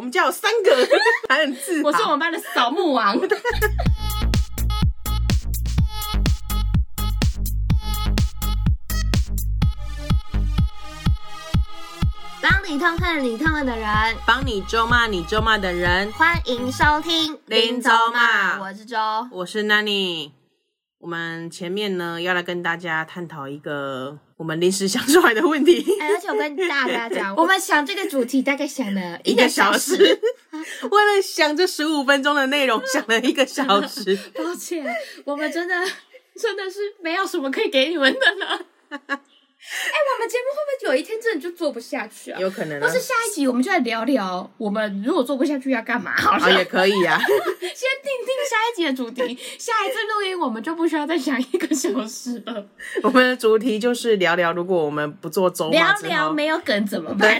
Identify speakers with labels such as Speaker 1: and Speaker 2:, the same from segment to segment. Speaker 1: 们家有三个， 还很自
Speaker 2: 我是我
Speaker 1: 豪。
Speaker 2: 们班的扫墓 王。
Speaker 3: 帮你痛恨你痛恨的人，
Speaker 1: 帮你咒骂你咒骂的人，
Speaker 3: 欢迎收听《
Speaker 1: 林州骂
Speaker 3: 我是周。
Speaker 1: 我是 Nanny。我们前面呢要来跟大家探讨一个我们临时想出来的问 题，
Speaker 3: 哎，而且我跟大家 讲，我们想这个主题大概想了一
Speaker 1: 一个小时， 为了想这十五分钟的内容，想了一个小时。
Speaker 2: 抱歉，我们真的真的是没有什么可以给你们的了。哎、 我们节目会不会有一天真的就做不下去 啊？
Speaker 1: 有可能、
Speaker 2: 或
Speaker 1: 啊
Speaker 2: 是，下一集我们就来聊聊，我们如果做不下去要干嘛？好
Speaker 1: 啊
Speaker 2: 了，
Speaker 1: 也可以啊。
Speaker 2: 先定定下一集的主题，下一次录音我们就不需要再想一个小时了。
Speaker 1: 我们的主题就是聊聊，如果我们不做周
Speaker 2: 聊
Speaker 1: 骂之
Speaker 2: 聊
Speaker 1: 后，
Speaker 2: 没有梗怎么办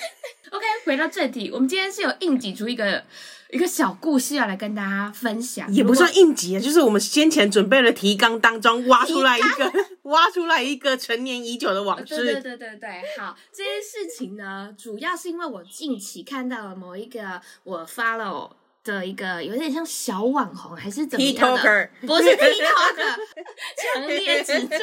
Speaker 2: ？OK，回到正题，我们今天是有硬挤出一个一个小故事要来跟大家分享，
Speaker 1: 也不
Speaker 2: 如果
Speaker 1: 算应急啊，就是我们先前准备的提纲当中挖出来一个， 挖出来一个陈年已久的往
Speaker 2: 对对
Speaker 1: 事。
Speaker 2: 对对对，好，这件事情呢，主要是因为我近期看到了某一个我 follow 的一个有点像小网红还是怎么样的
Speaker 1: TikToker
Speaker 2: 不是 TikToker，强 烈指正，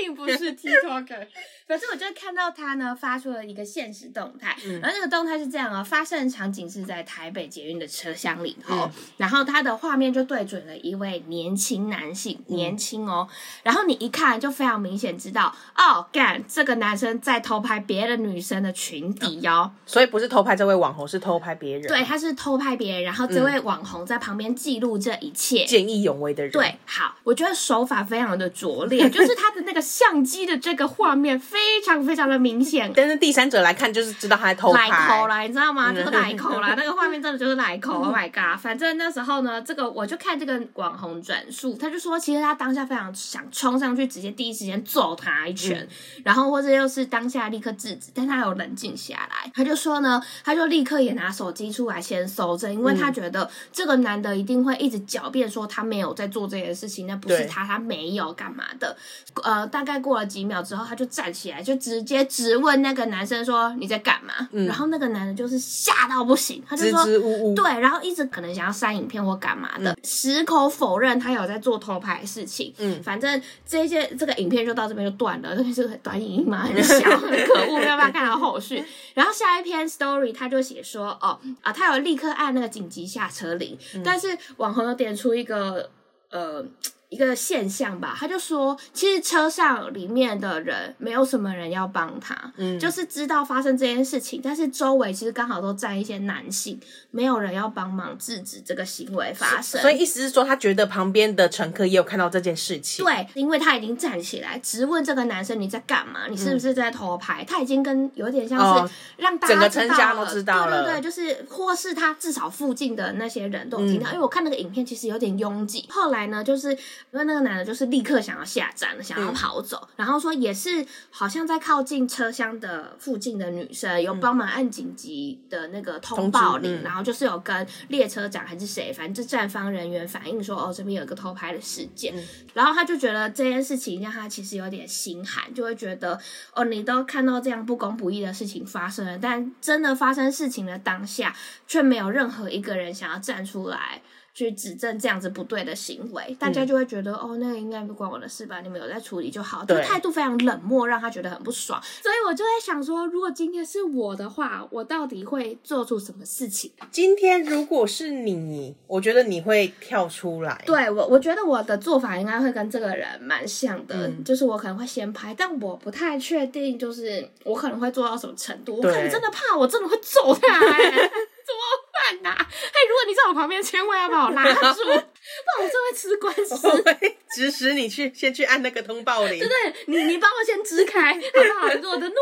Speaker 2: 并不是 TikToker。反正我就看到他呢发出了一个现实动态，然后那个动态是这样啊、发生的场景是在台北捷运的车厢里头，然后他的画面就对准了一位年轻男性，年轻哦，然后你一看就非常明显知道，哦，干这个男生在偷拍别的女生的裙底哦。
Speaker 1: 所以不是偷拍这位网红，是偷拍别人，
Speaker 2: 对，，他是偷拍别人，然后这位网红在旁边记录这一切。
Speaker 1: 见义勇为的人。
Speaker 2: 对，好，我觉得手法非常的拙劣，就是他的那个相机的这个画面非常非常的明显，
Speaker 1: 但是第三者来看就是知道他在偷
Speaker 2: 来
Speaker 1: 拍
Speaker 2: 口。啦，你知道吗？
Speaker 1: 嗯
Speaker 2: 就是来 口啦，那个画面真的就是来口。Oh my god！反正那时候呢，这个我就看这个网红转述，他就说，其实他当下非常想冲上去，直接第一时间揍他一
Speaker 1: 嗯
Speaker 2: 拳，然后或者又是当下立刻制止，但他有冷静下来，他就说呢，他就立刻也拿手机出来先搜证，因为
Speaker 1: 嗯
Speaker 2: 他觉得这个男的一定会一直狡辩说他没有在做这件事情，那不是
Speaker 1: 对
Speaker 2: 他，他没有干嘛的。呃，大概过了几秒之后，他就站起来，就直接直问那个男生说：“你在干嘛？”然后那个男的就是吓到不行，他就
Speaker 1: 支
Speaker 2: 说：“
Speaker 1: 支吾吾，
Speaker 2: 对，然后一直可能想要删影片或干嘛的，矢口否认他有在做偷拍的事情。
Speaker 1: 嗯
Speaker 2: 反正这些这个影片就到这边就断了，这个是短影音嘛，很小，很可恶，没有办法看到后续。然后下一篇 story 他就写说，哦啊，他有立刻按那个紧急下车铃，
Speaker 1: 嗯
Speaker 2: 但是网红有点出一个呃。一个现象吧，他就说，其实车上里面的人没有什么人要帮他，
Speaker 1: 嗯
Speaker 2: 就是知道发生这件事情，但是周围其实刚好都站一些男性，没有人要帮忙制止这个行为发生。
Speaker 1: 所以意思是说，他觉得旁边的乘客也有看到这件事情。
Speaker 2: 对，因为他已经站起来质问这个男生你在干嘛，你是不是在偷拍？他已经跟有点像
Speaker 1: 嗯哦
Speaker 2: 是让大家
Speaker 1: 整个
Speaker 2: 知道
Speaker 1: 城乡
Speaker 2: 了
Speaker 1: 都知道了
Speaker 2: 对对对，就是或是他至少附近的那些人都有听到，
Speaker 1: 嗯
Speaker 2: 因为我看那个影片其实有点拥挤。后来呢，就是因为那个男的就是立刻想要下站了，想要
Speaker 1: 嗯
Speaker 2: 跑走，然后说也是好像在靠近车厢的附近的女生有帮忙按紧急的那个通
Speaker 1: 通知
Speaker 2: 报
Speaker 1: 嗯
Speaker 2: 铃，然后就是有跟列车长还是谁，反正就站方人员反映说哦这边有一个偷拍的事件，
Speaker 1: 嗯
Speaker 2: 然后他就觉得这件事情让他其实有点心寒，就会觉得哦，你都看到这样不公不义的事情发生了，但真的发生事情的当下，却没有任何一个人想要站出来去指正这样子不对的行为，大家就会觉得、哦，那个应该不关我的事吧，你们有在处理就好。这
Speaker 1: 对
Speaker 2: 个态度非常冷漠，让他觉得很不爽。所以我就在想说，如果今天是我的话，我到底会做出什么事情？
Speaker 1: 今天如果是你，我觉得你会跳出来。
Speaker 2: 对我，我觉得我的做法应该会跟这个人蛮像的，
Speaker 1: 嗯
Speaker 2: 就是我可能会先拍，但我不太确定，就是我可能会做到什么程度。我可
Speaker 1: 对
Speaker 2: 能真的怕，我真的会揍他、欸， 怎么办呐、啊？哎、如果你在我旁边，千万要把我拉住，不 然我真会吃官司
Speaker 1: 我。 会指使你去先去按那个通报铃。
Speaker 2: 对对，你你帮我先支开，好不好？我的怒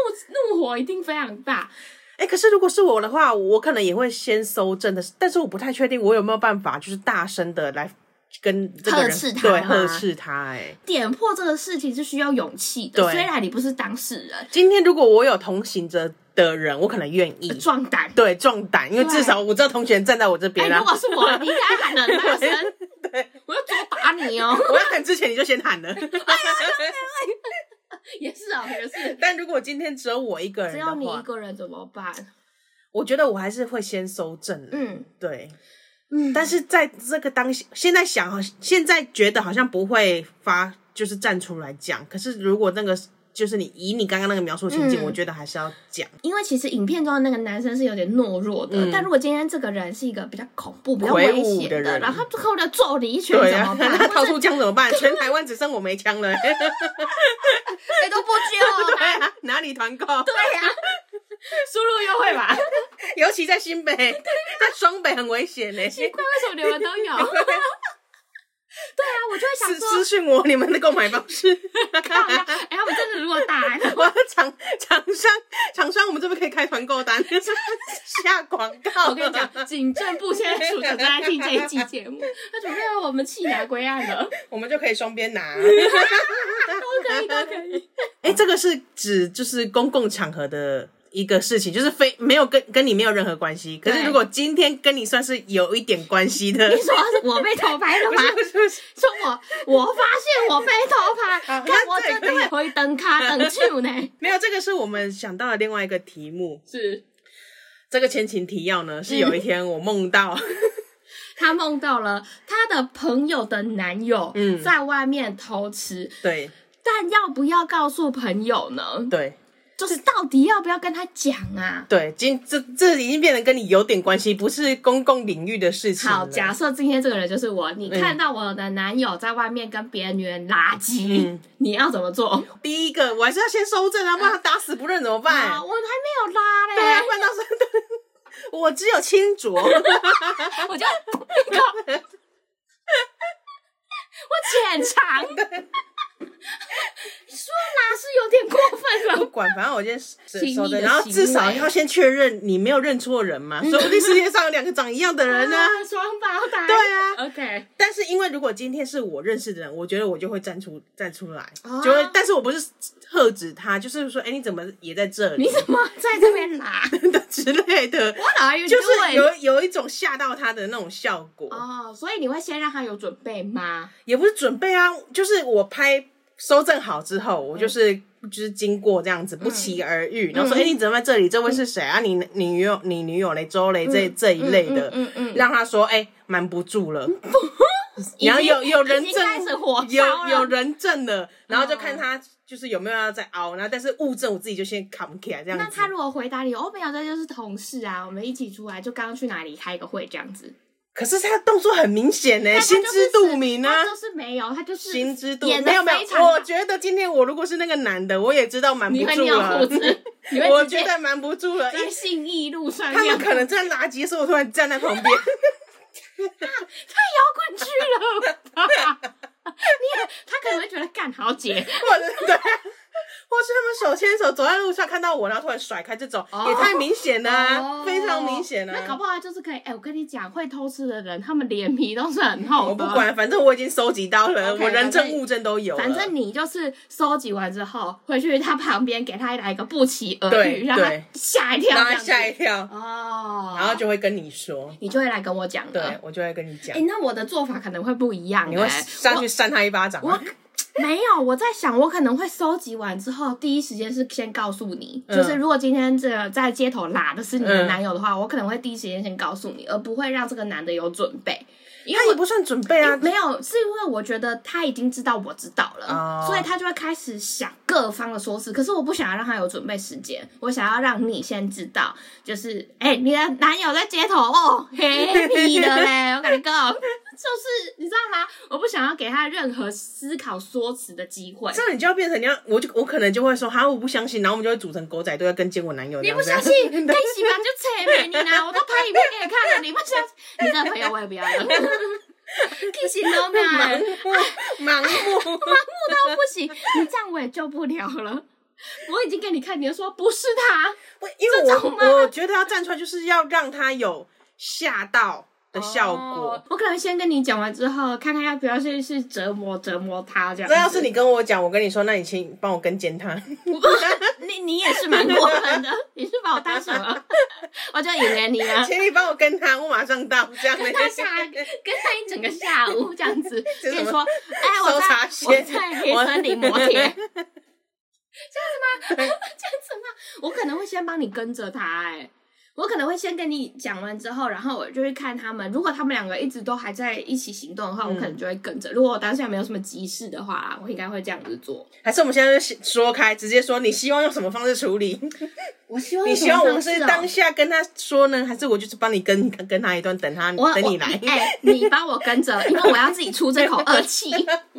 Speaker 2: 怒火一定非常大。
Speaker 1: 哎、可是如果是我的话，我可能也会先搜证的，但是我不太确定我有没有办法，就是大声的来跟这个人
Speaker 2: 呵斥他
Speaker 1: 对
Speaker 2: 吗
Speaker 1: 呵斥他、哎，
Speaker 2: 点破这个事情是需要勇气的，
Speaker 1: 对
Speaker 2: 虽然你不是当事人，
Speaker 1: 今天如果我有同行者的人，我可能愿意。
Speaker 2: 壮胆。
Speaker 1: 对，壮胆，因为
Speaker 2: 对
Speaker 1: 至少我知道同学站在我这
Speaker 2: 哎、
Speaker 1: 边啦、啊
Speaker 2: 如果是我，你应该喊的很大 声，
Speaker 1: 对，
Speaker 2: 我要左打你哦。
Speaker 1: 我要喊之前你就先喊了。
Speaker 2: 也是啊，也是。啊
Speaker 1: 但如果今天只有我一个人
Speaker 2: 只
Speaker 1: 的
Speaker 2: 有你一
Speaker 1: 话，
Speaker 2: 个人怎么办？
Speaker 1: 我觉得我还是会先搜证的，
Speaker 2: 嗯
Speaker 1: 对。
Speaker 2: 嗯，
Speaker 1: 但是在这个当下，现在想，好，现在觉得好像不会发，就是站出来讲。可是如果那个就是你以你刚刚那个描述情景，
Speaker 2: 嗯
Speaker 1: 我觉得还是要讲。
Speaker 2: 因为其实影片中的那个男生是有点懦弱的，
Speaker 1: 嗯
Speaker 2: 但如果今天这个人是一个比较恐怖、比较
Speaker 1: 魁
Speaker 2: 危
Speaker 1: 梧
Speaker 2: 险
Speaker 1: 的人
Speaker 2: 然后他后来揍你一拳
Speaker 1: 对
Speaker 2: 怎
Speaker 1: 啊
Speaker 2: 么， 办？
Speaker 1: 他
Speaker 2: 或
Speaker 1: 掏
Speaker 2: 者
Speaker 1: 出枪怎么办？全台湾只剩我没枪了、
Speaker 2: 谁哎都不救，
Speaker 1: 对啊，哪里团购？
Speaker 2: 对啊呀、输入优惠吧，
Speaker 1: 尤其在新北，在双北很危险呢、
Speaker 2: 奇怪，为什么你们都 有？对啊，我就会想
Speaker 1: 私
Speaker 2: 说，
Speaker 1: 私讯我你们的购买方式，
Speaker 2: 靠呀哎，我们真的如果打来的话，
Speaker 1: 我要厂厂商厂商，我们这边可以开团购单， 下广告。
Speaker 2: 我跟你讲，警政部现在处处正在听这一季节目，他准备要我们弃拿归案了，
Speaker 1: 我们就可以双边 拿。
Speaker 2: 都可以，都可以。
Speaker 1: 哎、这个是指就是公共场合的一个事情，就是非没有跟跟你没有任何关系。可是
Speaker 2: 对
Speaker 1: 如果今天跟你算是有一点关系的，
Speaker 2: 你说是我被偷拍了
Speaker 1: 不
Speaker 2: 吗？
Speaker 1: 是不是不是，
Speaker 2: 说我我发现我被偷拍，
Speaker 1: 啊
Speaker 2: 看
Speaker 1: 那
Speaker 2: 我
Speaker 1: 这
Speaker 2: 真
Speaker 1: 个
Speaker 2: 的会回灯卡 灯去呢。
Speaker 1: 没有这个是我们想到的另外一个题目。
Speaker 2: 是
Speaker 1: 这个前情提要
Speaker 2: 嗯
Speaker 1: 呢，是有一天我梦 到，
Speaker 2: 她梦到了她的朋友的男友
Speaker 1: 嗯
Speaker 2: 在外面偷吃，
Speaker 1: 对
Speaker 2: 但要不要告诉朋友呢？
Speaker 1: 对
Speaker 2: 就是到底要不要跟他讲啊？
Speaker 1: 对，今这这已经变得跟你有点关系，不是公共领域的事情了。
Speaker 2: 好，假设今天这个人就是我，你看到我的男友在外面跟别人女人垃圾，
Speaker 1: 嗯
Speaker 2: 你要怎么做？啊，
Speaker 1: 第一个我还是要先收证啊，不然他打死不认怎么
Speaker 2: 我
Speaker 1: 办？
Speaker 2: 还没有拉嘞，
Speaker 1: 对 啊，不然到时候我只有清浊。
Speaker 2: 我就 我浅尝，说拉是有点过分
Speaker 1: 不
Speaker 2: 了。
Speaker 1: 管，反正我今天收
Speaker 2: 亲密的
Speaker 1: 收的，然后至少
Speaker 2: 行为嗯
Speaker 1: 要先确认你没有认错人嘛，说不定世界上有两个长一样的人呢、
Speaker 2: 啊，双胞胎。
Speaker 1: 对啊，
Speaker 2: OK，
Speaker 1: 但是因为如果今天是我认识的人，我觉得我就会站出站出来，
Speaker 2: 哦
Speaker 1: 就会，但是我不是喝止他，就是说，哎、你怎么也在这
Speaker 2: 你
Speaker 1: 里
Speaker 2: 怎么在这边拉
Speaker 1: 之类的，
Speaker 2: ？What are you
Speaker 1: 就是
Speaker 2: doing？
Speaker 1: 有有一种吓到他的那种效果，
Speaker 2: 欸哦，所以你会先让他有准备吗？
Speaker 1: 也不是准备啊，就是我拍收证好之后，
Speaker 2: 嗯
Speaker 1: 我就是、就是经过这样子，不期而遇，然后说，哎、你怎么在这里？
Speaker 2: 嗯
Speaker 1: 这位是谁啊？你你女友你女友嘞，周雷这、这一类的，
Speaker 2: 嗯嗯，
Speaker 1: 让他说，哎、瞒不住 了，
Speaker 2: 已经
Speaker 1: 然后有有人
Speaker 2: 已经
Speaker 1: 证
Speaker 2: 开始火，
Speaker 1: 有
Speaker 2: 烧了嗯
Speaker 1: 有人证了，然后就看他就是有没有要再凹，然后但是物证我自己就先扛起来这样子。
Speaker 2: 那他如果回答你，哦，没有，这就是同事啊，我们一起出来，就刚刚去哪里开个会这样子，
Speaker 1: 可是他的动作很明显呢、
Speaker 2: 但他
Speaker 1: 哎心
Speaker 2: 就是
Speaker 1: 知肚明啊
Speaker 2: 他。就是没有，他就是
Speaker 1: 心知肚
Speaker 2: 演
Speaker 1: 明，
Speaker 2: 得
Speaker 1: 没有没
Speaker 2: 非
Speaker 1: 有，
Speaker 2: 常
Speaker 1: 我觉得今天我如果是那个男的，我也知道瞒不
Speaker 2: 你会
Speaker 1: 住
Speaker 2: 尿裤
Speaker 1: 了
Speaker 2: 子，， 你会
Speaker 1: 我
Speaker 2: 直
Speaker 1: 觉
Speaker 2: 接
Speaker 1: 得瞒不住了，因
Speaker 2: 在
Speaker 1: 为
Speaker 2: 信义路上
Speaker 1: 他
Speaker 2: 面
Speaker 1: 们可能正在垃圾的时候，我突然站在旁 边，
Speaker 2: 摇滚去了 吧。你也他可能会觉得干好姐，
Speaker 1: 或者对，或是他们手牵手走在路上看到我，然后突然甩开这种，
Speaker 2: 哦
Speaker 1: 也太明显了啊，
Speaker 2: 哦
Speaker 1: 非常明显啊。
Speaker 2: 那搞不好他就是可以，哎、我跟你讲，会偷吃的人，他们脸皮都是很厚的。
Speaker 1: 我不，管，反正我已经收集到了
Speaker 2: OK，
Speaker 1: 我人证
Speaker 2: 反正
Speaker 1: 物证都有了
Speaker 2: 反正你就是收集完之后，回去他旁边给他来一个不期而
Speaker 1: 对
Speaker 2: 遇，让他
Speaker 1: 对
Speaker 2: 吓一跳，
Speaker 1: 然
Speaker 2: 这
Speaker 1: 后
Speaker 2: 样子
Speaker 1: 吓一跳，
Speaker 2: 哦，
Speaker 1: 然后就会跟你说，
Speaker 2: 你就会来跟我讲了。
Speaker 1: 对我就会跟你讲
Speaker 2: 哎、，那我的做法可能会不一样、
Speaker 1: 你会
Speaker 2: 哎
Speaker 1: 上去扇他一巴掌吗。
Speaker 2: 我 没有，我在想，我可能会收集完之后，第一时间是先告诉你，
Speaker 1: 嗯
Speaker 2: 就是如果今天这个在街头拉的是你的
Speaker 1: 嗯
Speaker 2: 男友的话，我可能会第一时间先告诉你，而不会让这个男的有准备，因
Speaker 1: 他
Speaker 2: 为
Speaker 1: 也
Speaker 2: 我。
Speaker 1: 不算准备啊，
Speaker 2: 没有，是因为我觉得他已经知道我知道了，
Speaker 1: 哦
Speaker 2: 所以他就会开始想各方的说辞。可是我不想要让他有准备时间，我想要让你先知道，就是哎、你的男友在街头哦， 嘿屁的嘞，我跟你讲， 就是你知道吗？我不想要给他任何思考说辞的机会。
Speaker 1: 这样你就要变成你要，我就我可能就会说哈，我不相信，然后我们就会组成狗仔队要跟监我男友这
Speaker 2: 你
Speaker 1: 样
Speaker 2: 不
Speaker 1: 子。
Speaker 2: 相信， 你洗吧就扯你呢，我都拍影片给你看了，你不相信，你这个朋友我也不 要了。 可惜都没有。
Speaker 1: 盲目，
Speaker 2: 到不行，你这样我也救不了了。 我已经给你看，你就说不是他，
Speaker 1: 我因为
Speaker 2: 这种吗
Speaker 1: 我我觉得要站出来就是要让他有吓到的效
Speaker 2: 哦
Speaker 1: 果。
Speaker 2: 我可能先跟你讲完之后，看看要不要去去折磨折磨他这样
Speaker 1: 那
Speaker 2: 子。
Speaker 1: 要是你跟我讲，我跟你说，那你请帮我跟监他。
Speaker 2: 你你也是蛮过分的，你是把我当什 么？我就以为你了。
Speaker 1: 请你帮我跟他，我马上到，这 样的。
Speaker 2: 跟他下跟他一整个 下午这样子，
Speaker 1: 这
Speaker 2: 跟
Speaker 1: 是
Speaker 2: 你
Speaker 1: 什么
Speaker 2: 说，哎，我
Speaker 1: 搜查
Speaker 2: 在我
Speaker 1: 线
Speaker 2: 在黑森林摩 天，这样子吗？这样子吗？我可能会先帮你跟着他、哎，我可能会先跟你讲完之后，然后我就会看他们。如果他们两个一直都还在一起行动的话，
Speaker 1: 嗯
Speaker 2: 我可能就会跟着。如果我当下没有什么急事的话，我应该会这样子做。
Speaker 1: 还是我们现在就说开，直接说你希望用什么方式处理？
Speaker 2: 我希望
Speaker 1: 你
Speaker 2: 用
Speaker 1: 希望
Speaker 2: 什么
Speaker 1: 我
Speaker 2: 方式
Speaker 1: 是
Speaker 2: 哦
Speaker 1: 当下跟他说呢，还是我就是帮你跟跟他一段，等他
Speaker 2: 我
Speaker 1: 等你来
Speaker 2: 我哎、你帮我跟着，因为我要自己出这口恶气。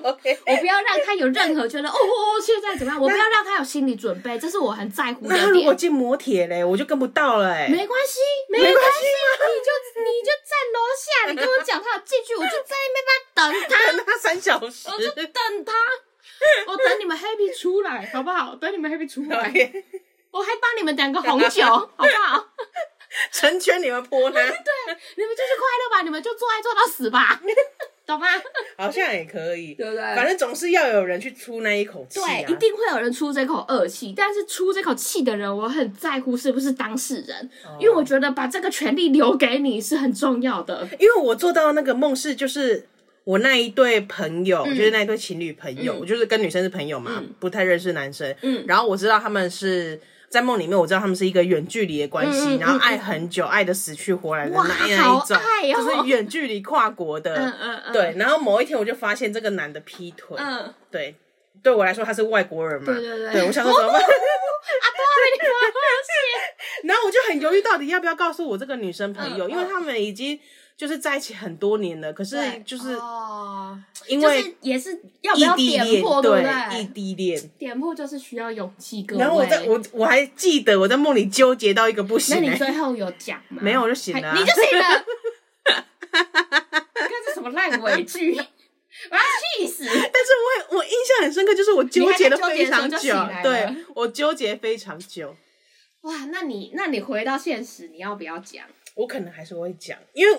Speaker 1: ？OK，
Speaker 2: 我不要让他有任何觉得哦哦哦，现在怎么样？我不要让他有心理准备，这是我很在乎的
Speaker 1: 那他如果
Speaker 2: 点。
Speaker 1: 进摩铁嘞，我就跟不到了哎、
Speaker 2: 没关系，没关系，啊你就你就站楼下，你跟我讲他有进去，我就在那边帮他等
Speaker 1: 他三小时
Speaker 2: 他，我就等他，我等你们 happy 出来，好不好？等你们 happy 出来，
Speaker 1: ，OK，
Speaker 2: 我还帮你们点个红酒，好不好？ 啊
Speaker 1: 成全你们泼他，
Speaker 2: 你们就是快乐吧，你们就做爱做到死吧， 懂吗？
Speaker 1: 好像也可以，
Speaker 2: 对不对
Speaker 1: 反正总是要有人去出那一口气、啊，
Speaker 2: 对，一定会有人出这口恶气，但是出这口气的人，我很在乎是不是当事人，
Speaker 1: 哦
Speaker 2: 因为我觉得把这个权利留给你是很重要的。
Speaker 1: 因为我做到那个梦是，就是我那一对朋友，
Speaker 2: 嗯
Speaker 1: 就是那一对情侣朋友，我就是跟女生是朋友嘛，不太认识男生。
Speaker 2: 嗯
Speaker 1: 然后我知道他们是在梦里面，我知道他们是一个远距离的关系，
Speaker 2: 嗯嗯嗯
Speaker 1: 然后爱很久，爱的死去活来的
Speaker 2: 哇
Speaker 1: 那那
Speaker 2: 好
Speaker 1: 一种，
Speaker 2: 爱哦
Speaker 1: 就是远距离跨国的。
Speaker 2: 嗯嗯嗯，
Speaker 1: 呃对，然后某一天我就发现这个男的劈腿，
Speaker 2: 嗯，啊，
Speaker 1: 对，对我来说他是外国人嘛，
Speaker 2: 对对对
Speaker 1: 我想说 怎么办？
Speaker 2: 对啊，你
Speaker 1: 然后我就很犹豫，到底要不要告诉我这个女生朋友，
Speaker 2: 嗯
Speaker 1: 因为他们已经就是在一起很多年了，可是
Speaker 2: 发现，
Speaker 1: 就是
Speaker 2: 哦，
Speaker 1: 因
Speaker 2: 就
Speaker 1: 为
Speaker 2: 是也是要不
Speaker 1: 异
Speaker 2: 要
Speaker 1: 地
Speaker 2: 点
Speaker 1: 恋，
Speaker 2: 破，不
Speaker 1: 异
Speaker 2: 对？
Speaker 1: 地恋。
Speaker 2: 点破就是需要勇气，各位。
Speaker 1: 然后我在我我还记得我在梦里纠结到一个不行、
Speaker 2: 那
Speaker 1: 欸，
Speaker 2: 你最后有讲吗？
Speaker 1: 没有我就醒了啊
Speaker 2: 还你就醒了。 你看这什么烂尾 剧，我要气死！
Speaker 1: 但是我也我印象很深刻，就是我纠结了非常
Speaker 2: 你
Speaker 1: 久
Speaker 2: 还在纠结的时候就醒来，了
Speaker 1: 对我纠结非常久，
Speaker 2: 哇，那你那你回到现实，你要不要讲？
Speaker 1: 我可能还是会讲，因为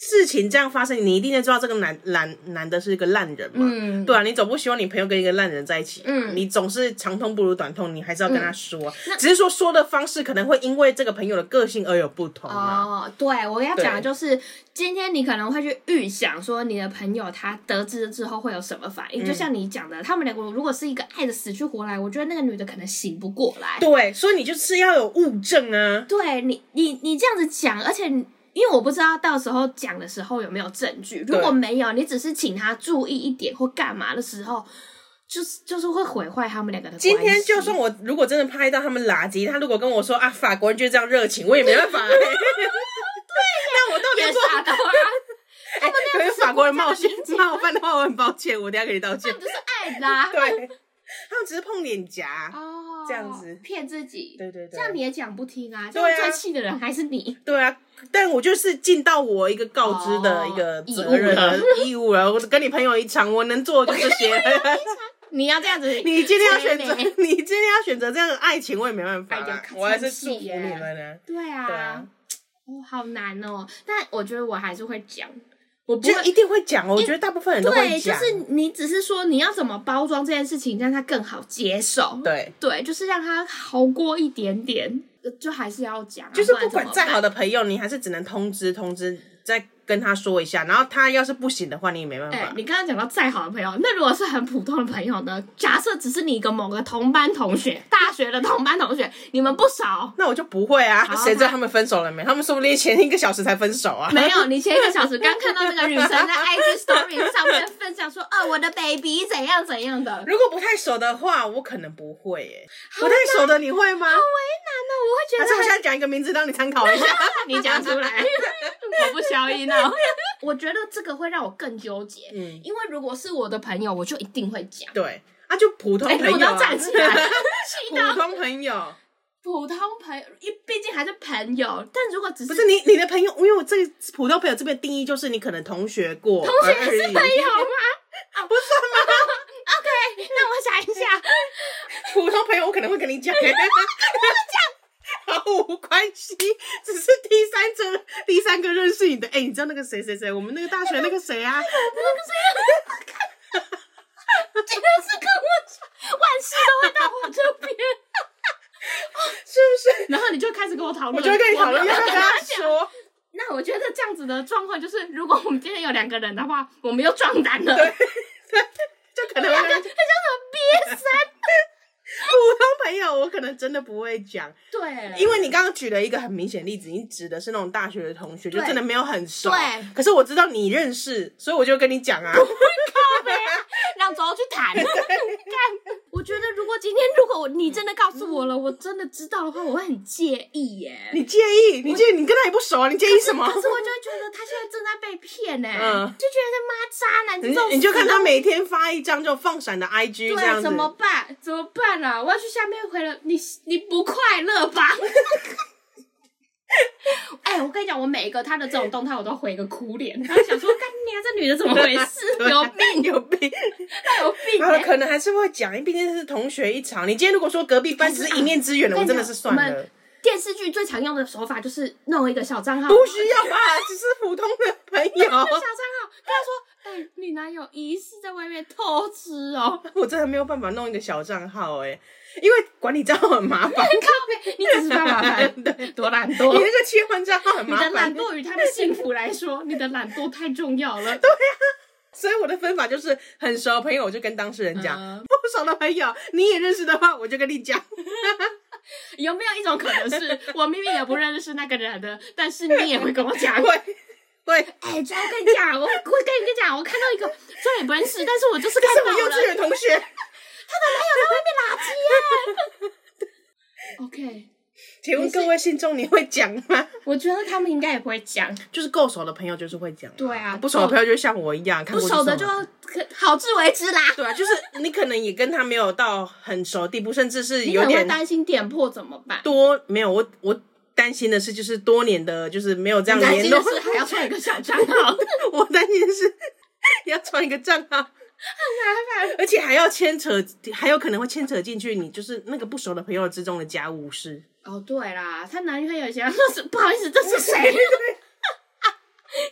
Speaker 1: 事情这样发生，你一定要知道这个男男男的是一个烂人嘛，
Speaker 2: 嗯
Speaker 1: 对啊，你总不希望你朋友跟一个烂人在一起，
Speaker 2: 嗯
Speaker 1: 你总是长痛不如短痛，你还是要跟他说，只是说说的方式可能会因为这个朋友的个性而有不同啊，
Speaker 2: 哦，对，我要讲的
Speaker 1: 对
Speaker 2: 就是，今天你可能会去预想说你的朋友他得知之后会有什么反应，就
Speaker 1: 嗯
Speaker 2: 像你讲的，他们两个如果是一个爱的死去活来，我觉得那个女的可能醒不过来。
Speaker 1: 对，所以你就是要有物证啊，
Speaker 2: 对你，你你这样子讲，而且你因为我不知道到时候讲的时候有没有证据，如果
Speaker 1: 对
Speaker 2: 没有，你只是请他注意一点或干嘛的时候，就是就是会毁坏他们两个的关系。
Speaker 1: 今天就算我如果真的拍到他们垃圾，他如果跟我说啊，法国人就是这样热情，我也没办法、欸。 对、那我到底
Speaker 2: 也
Speaker 1: 要做？
Speaker 2: 傻到啊，
Speaker 1: 哎、 可是法国人冒险冒犯的 话，我很抱歉，我等一下给你道歉
Speaker 2: 这。就是爱 啦、
Speaker 1: 对，他们只是碰脸颊。
Speaker 2: 哦，
Speaker 1: 这样子
Speaker 2: 骗自己，
Speaker 1: 对对对
Speaker 2: 这样你也讲不听啊，这
Speaker 1: 对啊
Speaker 2: 样最气的人还是你。
Speaker 1: 对啊，但我就是尽到我一个告知的一个责任
Speaker 2: 哦
Speaker 1: 义务了。我跟你朋友一场，我能做的 就这些。
Speaker 2: 你要这样子，
Speaker 1: 你今天要选择
Speaker 2: 催泪，
Speaker 1: 你今天要选择这样的爱情，我也没办法
Speaker 2: 哎呀
Speaker 1: 啦。
Speaker 2: 可
Speaker 1: 我还是
Speaker 2: 真
Speaker 1: 祝福
Speaker 2: 气
Speaker 1: 你
Speaker 2: 耶
Speaker 1: 们呢。
Speaker 2: 对啊，
Speaker 1: 对啊
Speaker 2: 哦，好难哦。但我觉得我还是会讲，我不
Speaker 1: 就
Speaker 2: 会
Speaker 1: 一定会讲哦，我觉得大部分人都会
Speaker 2: 对，就
Speaker 1: 讲。
Speaker 2: 是你只是说你要怎么包装这件事情，让他更好接受。
Speaker 1: 对，
Speaker 2: 对，就是让他好过一点点，呃就还是要讲啊、
Speaker 1: 就是
Speaker 2: 然
Speaker 1: 不管
Speaker 2: 怎么
Speaker 1: 再好
Speaker 2: 办
Speaker 1: 的朋友，你还是只能通知通知，再跟他说一下。然后他要是不行的话，你也没办
Speaker 2: 哎、
Speaker 1: 法。
Speaker 2: 你刚刚讲到再好的朋友，那如果是很普通的朋友呢？假设只是你一个某个同班同学，大学的同班同学，你们不熟，
Speaker 1: 那我就不会啊
Speaker 2: 好，
Speaker 1: 谁知道他们分手了没？他们说不定前一个小时才分手啊。
Speaker 2: 没有，你前一个小时刚看到那个女生在 IG Story 上面分享说，哦，我的 baby 怎样怎样的，好
Speaker 1: 如果不太熟的话，我可能不会耶、不太熟的你会吗？
Speaker 2: 为
Speaker 1: 还
Speaker 2: 难哦，
Speaker 1: 是
Speaker 2: 我
Speaker 1: 我现
Speaker 2: 会觉得
Speaker 1: 在讲一个名字让你参考一下？
Speaker 2: 很你讲出来，我不消音哦。 我觉得这个会让我更纠结，
Speaker 1: 嗯，
Speaker 2: 因为如果是我的朋友，我就一定会讲。
Speaker 1: 对，啊，就普通
Speaker 2: 哎、
Speaker 1: 朋
Speaker 2: 我
Speaker 1: 友、
Speaker 2: 都
Speaker 1: 啊
Speaker 2: 要站起 来，
Speaker 1: 普
Speaker 2: 气到
Speaker 1: 通朋友，
Speaker 2: 普通朋友，因毕竟还是朋友。但如果只
Speaker 1: 不
Speaker 2: 是
Speaker 1: 是你你的朋友，因为我这普通朋友这边的定义就是你可能同学过，同
Speaker 2: 同学是朋友吗？啊，不算吗？OK，那我想一下，
Speaker 1: 普通朋友我可能会跟你讲、 欸，毫无关系，只是第三者第三个认识你的，哎、你知道那个谁谁谁，我们那个大学那个谁 啊，
Speaker 2: 真的是跟我讲，万事都会到我这边，
Speaker 1: 是不是？
Speaker 2: 然后你就开始跟我讨论，
Speaker 1: 我就会跟你讨论
Speaker 2: 我没
Speaker 1: 要
Speaker 2: 有
Speaker 1: 不要
Speaker 2: 跟
Speaker 1: 跟他
Speaker 2: 他讲。
Speaker 1: 说，
Speaker 2: 那我觉得这样子的状况就是，如果我们今天有两个人的话，我们又 撞单了。
Speaker 1: 对，就可能
Speaker 2: 两
Speaker 1: 会
Speaker 2: 个，这叫什么憋三？
Speaker 1: 不当朋友，我可能真的不会讲，
Speaker 2: 对，
Speaker 1: 因为你刚刚举了一个很明显的例子，你指的是那种大学的同学，就
Speaker 2: 对
Speaker 1: 真的没有很熟。
Speaker 3: 对，
Speaker 1: 可是我知道你认识，所以我就跟你讲啊。
Speaker 3: 让周去谈。
Speaker 2: 我觉得如果今天如果你真的告诉我了，我真的知道的话，我会很介意耶。
Speaker 1: 你介意？你介意？你跟他也不熟啊，你介意什 么
Speaker 2: 可？是我就会觉得他现在正在被骗呢、
Speaker 1: 嗯
Speaker 2: 就觉得妈渣男这
Speaker 1: 你
Speaker 2: 种，啊
Speaker 1: 你就看他每天发一张就放闪的 IG 这样
Speaker 2: 对
Speaker 1: 子，
Speaker 2: 怎么办？怎么办啊？我要去下面回了你，你不快乐吧？ 哎、我跟你讲，我每一个他的这种动态，我都回一个哭脸，然后想说，干你啊，这女的怎么回事？有病，
Speaker 1: 有病。
Speaker 2: 她有
Speaker 1: 啊
Speaker 2: 病、
Speaker 1: 然后
Speaker 2: 欸！
Speaker 1: 呃可能还是会讲，因为毕竟是同学一场。你今天如果说隔壁班只是一面之缘了，
Speaker 2: 我
Speaker 1: 我真
Speaker 2: 跟你
Speaker 1: 的
Speaker 2: 讲
Speaker 1: 是算
Speaker 2: 我
Speaker 1: 了
Speaker 2: 们，电视剧最常用的手法就是弄一个小账号，
Speaker 1: 不需要吧，只是普通的朋友
Speaker 2: 那。小账号跟他说：“哎、你男友疑似在外面偷吃哦。
Speaker 1: 我真的没有办法弄一个小账号哎、因为管理账号很麻烦，
Speaker 2: 靠背，你只是怕麻烦，多懒
Speaker 1: 你
Speaker 2: 惰。
Speaker 1: 那个切换账号很
Speaker 2: 你
Speaker 1: 麻
Speaker 2: 的
Speaker 1: 烦，
Speaker 2: 懒惰与他的幸福来说，你的懒惰太重要了。
Speaker 1: 所以我的分法就是很熟的朋友我就跟当事人讲，
Speaker 2: 嗯
Speaker 1: 不熟的朋友你也认识的话，我就跟你讲。
Speaker 2: 有没有一种可能是，我明明也不认识那个人的，但是你也会跟我讲？
Speaker 1: 会会，
Speaker 2: 哎、欸，我跟你讲，我我跟你讲，我看到一个虽然也不认识，但是我就是
Speaker 1: 这
Speaker 2: 看
Speaker 1: 是
Speaker 2: 到
Speaker 1: 我幼
Speaker 2: 了，
Speaker 1: 稚园同 学。
Speaker 2: 他的男友在外面垃圾耶。OK，
Speaker 1: 请问各位信众，你会讲吗？
Speaker 2: 我觉得他们应该也不会讲，
Speaker 1: 就是够熟的朋友就是会讲，
Speaker 2: 对啊
Speaker 1: 不熟的朋友就像我一样，看
Speaker 2: 哦不
Speaker 1: 过
Speaker 2: 熟的
Speaker 1: 算
Speaker 2: 就
Speaker 1: 了
Speaker 2: 可好自为之啦。
Speaker 1: 对啊，就是你可能也跟他没有到很熟的地步，甚至是
Speaker 2: 你
Speaker 1: 有
Speaker 2: 很会
Speaker 1: 点
Speaker 2: 担心点破怎么办？
Speaker 1: 多没有我我担心的是，就是多年的，就是没有这样
Speaker 2: 担
Speaker 1: 联
Speaker 2: 心
Speaker 1: 络
Speaker 2: 的。是还要创一个小账号，
Speaker 1: 我担心的是要创一个账号，很麻烦，而且还要牵扯，还有可能会牵扯进去你就是那个不熟的朋友之中的家务 事。
Speaker 2: 哦，对啦，她男朋友以前说是 不好意思，这 是谁？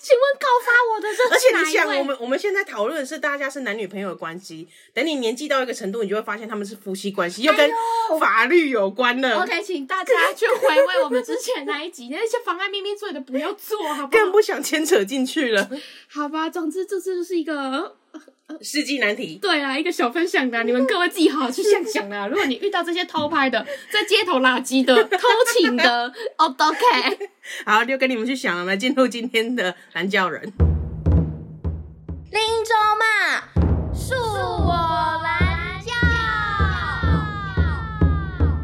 Speaker 2: 请问告发我的
Speaker 1: 而
Speaker 2: 这是
Speaker 1: 且
Speaker 2: 哪
Speaker 1: 你想，
Speaker 2: 一
Speaker 1: 我
Speaker 2: 位？
Speaker 1: 们我们现在讨论的是大家是男女朋友的关系，等你年纪到一个程度，你就会发现他们是夫妻关系，又跟法律有关了。
Speaker 2: 哎 OK，请大家去回味我们之前那一集，那些妨碍秘密罪的不要做，好不
Speaker 1: 更
Speaker 2: 好？
Speaker 1: 不想牵扯进去了，
Speaker 2: 好吧，总之这次就是一个
Speaker 1: 世纪难题。
Speaker 2: 对啊，一个小分享啦，你们各位自己好好去想 想啦。如果你遇到这些偷拍的、在街头垃圾的、偷情的哦，OK，
Speaker 1: 好，就跟你们去想了，来进入今天的蓝教人。
Speaker 3: 林州嘛，恕我蓝教。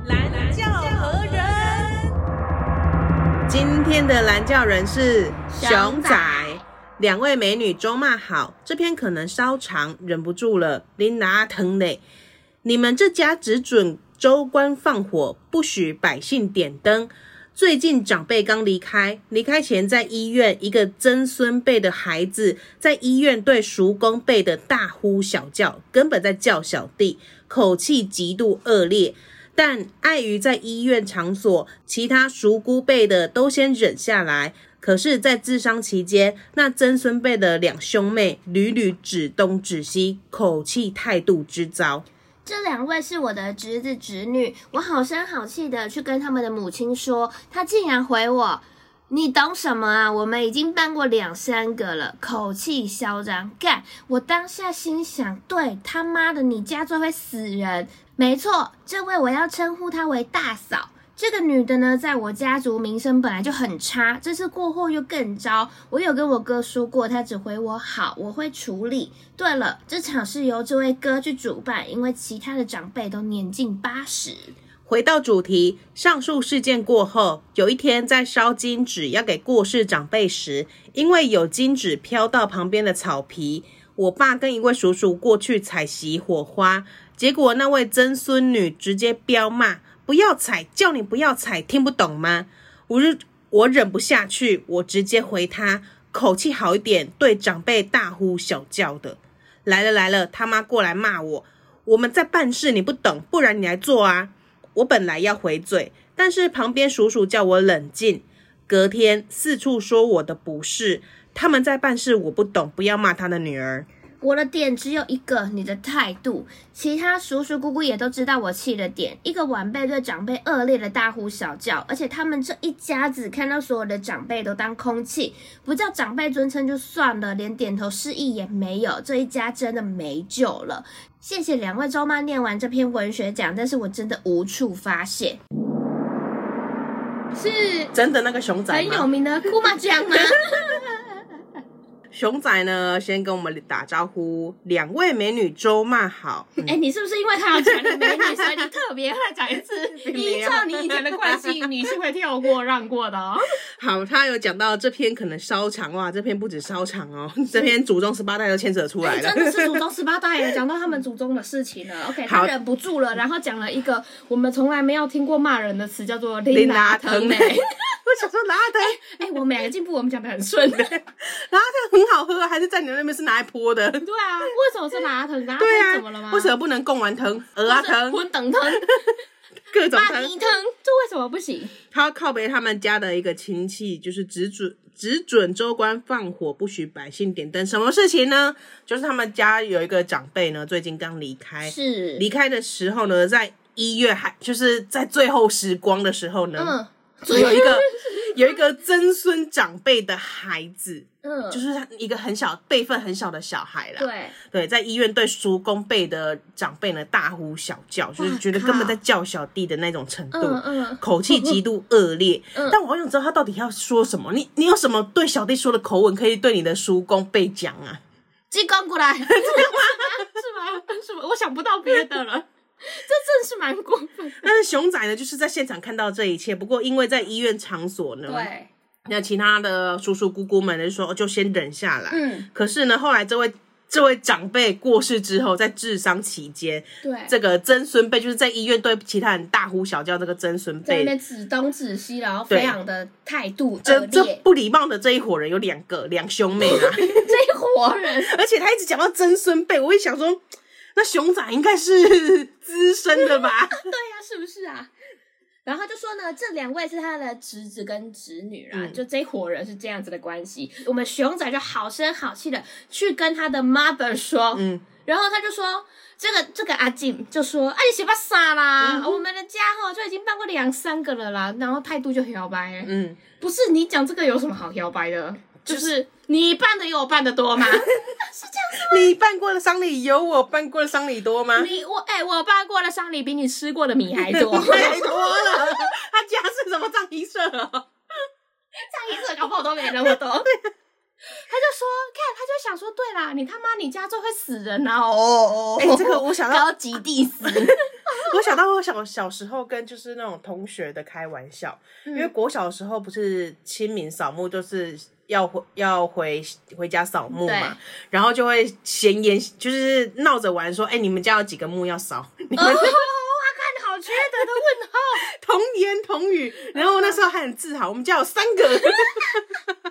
Speaker 1: 蓝教何人？今天的蓝教人是熊
Speaker 3: 熊
Speaker 1: 仔
Speaker 3: 仔。
Speaker 1: 两位美女周骂好，这篇可能稍长，忍不住了。琳达疼嘞，你们这家只准州官放火，不许百姓点灯。最近长辈刚离开，离开前在医院，一个曾孙辈的孩子在医院对叔公辈的大呼小叫，根本在叫小弟，口气极度恶劣。但碍于在医院场所，其他叔姑辈的都先忍下来。可是，在治伤期间，那曾孙辈的两兄妹屡屡指东指西，口气态度之糟。
Speaker 3: 这两位是我的侄子侄女，我好声好气的去跟他们的母亲说，她竟然回我：“你懂什么啊？我们已经办过两三个了。”口气嚣张，干！我当下心想：对他妈的，你家最会死人。没错，这位我要称呼她为大嫂。这个女的呢，在我家族名声本来就很差，这次过后又更糟。我有跟我哥说过，他只回我好，我会处理。对了，这场是由这位哥去主办，因为其他的长辈都年近八十。
Speaker 1: 回到主题，上述事件过后，有一天在烧金纸要给过世长辈时，因为有金纸飘到旁边的草皮，我爸跟一位叔叔过去采熄火花，结果那位曾孙女直接彪骂：“不要踩，叫你不要踩，听不懂吗？”我日，我忍不下去，我直接回他，口气好一点，对长辈大呼小叫的：“来了来了，他妈过来骂我！我们在办事，你不懂，不然你来做啊！”我本来要回嘴，但是旁边叔叔叫我冷静。隔天四处说我的不是，他们在办事我不懂，不要骂他的女儿。
Speaker 3: 我的点只有一个，你的态度。其他叔叔姑姑也都知道我气的点，一个晚辈对长辈恶劣的大呼小叫，而且他们这一家子看到所有的长辈都当空气，不叫长辈尊称就算了，连点头示意也没有，这一家真的没救了。谢谢两位周妈念完这篇文学奖，但是我真的无处发泄。
Speaker 2: 是
Speaker 1: 真的那个熊仔
Speaker 3: 很有
Speaker 1: 吗？
Speaker 3: 名的库玛酱吗？
Speaker 1: 熊仔呢，先跟我们打招呼，两位美女周骂 好。嗯
Speaker 3: 哎、你是不是因为他要讲你美女，所以你特别会讲一次？
Speaker 2: 依照你以前的惯性，你是会跳过让过的哦。
Speaker 1: 好，他有讲到这篇可能稍长哇，这篇不止稍长哦，这篇祖宗十八代都牵扯出来
Speaker 2: 哎
Speaker 1: 了
Speaker 2: 真。的是祖宗十八代耶，讲到他们祖宗的事情了。OK，他
Speaker 1: 好
Speaker 2: 忍不住了，然后讲了一个我们从来没有听过骂人的词，叫做琳达
Speaker 1: 达
Speaker 2: 藤
Speaker 1: 美，
Speaker 2: 美。
Speaker 1: 我想说拉藤，
Speaker 2: 哎，我们两个进步，我们讲的很顺。对
Speaker 1: 拉藤很好喝，啊还是在你们那边是拿来泼的？对
Speaker 2: 啊，为什么是拿藤？拿藤
Speaker 1: 啊，
Speaker 2: 怎么了吗？
Speaker 1: 为什么不能贡丸藤、鹅啊藤、
Speaker 2: 混 等藤、
Speaker 1: 各种
Speaker 2: 巴
Speaker 1: 藤？
Speaker 2: 尼藤，这为什么不行？
Speaker 1: 他靠北他们家的一个亲戚，就是只准只准州官放火，不许百姓点灯。什么事情呢？就是他们家有一个长辈呢，最近刚离开。
Speaker 3: 是，
Speaker 1: 离开的时候呢，在一月还就是在最后时光的时候呢，
Speaker 3: 嗯
Speaker 1: 哎有一个有一个曾孙长辈的孩子，
Speaker 3: 嗯，
Speaker 1: 就是他一个很小辈分很小的小孩啦。
Speaker 3: 对，
Speaker 1: 对，在医院对叔公辈的长辈呢大呼小叫，就是
Speaker 3: 哇
Speaker 1: 觉得根本
Speaker 3: 靠
Speaker 1: 在叫小弟的那种程度。
Speaker 3: 嗯嗯，
Speaker 1: 口气极度恶劣，
Speaker 3: 嗯
Speaker 1: 但我好想知道他到底要说什么。你你有什么对小弟说的口吻可以对你的叔公被讲啊？
Speaker 3: 鸡公过来，
Speaker 2: 是吗？是吗？我想不 到别的了，这真是蛮过分。
Speaker 1: 但是熊仔呢，就是在现场看到这一切。不过因为在医院场所呢，
Speaker 2: 对，
Speaker 1: 那其他的叔叔姑姑们呢就说哦就先忍下来。
Speaker 2: 嗯，
Speaker 1: 可是呢，后来这位这位长辈过世之后，在治丧期间，
Speaker 2: 对，
Speaker 1: 这个曾孙辈就是在医院对其他人大呼小叫，这个曾孙
Speaker 2: 在那
Speaker 1: 辈
Speaker 2: 边指东指西，然后
Speaker 1: 对
Speaker 2: 非常的态度恶
Speaker 1: 这这
Speaker 2: 劣，
Speaker 1: 不礼貌的这一伙人有两个两兄妹 啊。
Speaker 2: 这一伙人
Speaker 1: 而且他一直讲到曾孙辈，我一想说，那熊仔应该是资深的吧？
Speaker 2: 对呀、是不是啊？然后他就说呢，这两位是他的侄子跟侄女啦，
Speaker 1: 嗯
Speaker 2: 就这一伙人是这样子的关系。我们熊仔就好声好气的去跟他的 mother 说，
Speaker 1: 嗯，
Speaker 2: 然后他就说，这个这个阿静就说，啊你谁把傻啦？
Speaker 1: 嗯
Speaker 2: 我们的家哈就已经办过两三个了啦，然后态度就很摇摆、欸，
Speaker 1: 嗯，
Speaker 2: 不是你讲这个有什么好摇摆的？就是你办的有我办的多吗？
Speaker 1: 你办过的丧礼有我办过的丧礼多吗？
Speaker 2: 你我哎、我办过的丧礼比你吃过的米 还多，
Speaker 1: 太多了，他家是什么葬仪社哦？
Speaker 2: 上一次搞不好都没那么多。他就说，看，他就想说，对啦，你他妈你家最会死人啦、哦哦，哦
Speaker 1: 哎、 这个我想到，
Speaker 3: 高级 diss，
Speaker 2: 哦
Speaker 1: 我想到我小小时候跟就是那种同学的开玩笑，因
Speaker 2: 嗯
Speaker 1: 为国小的时候不是清明扫墓就是。要回要回回家扫墓嘛
Speaker 2: 对，
Speaker 1: 然后就会闲言，就是闹着玩说，哎、你们家有几个墓要扫？ 你
Speaker 2: 哦，
Speaker 1: 们
Speaker 2: 看好缺德的问号，
Speaker 1: 童言童语，然后那时候还很自豪，我们家有三个。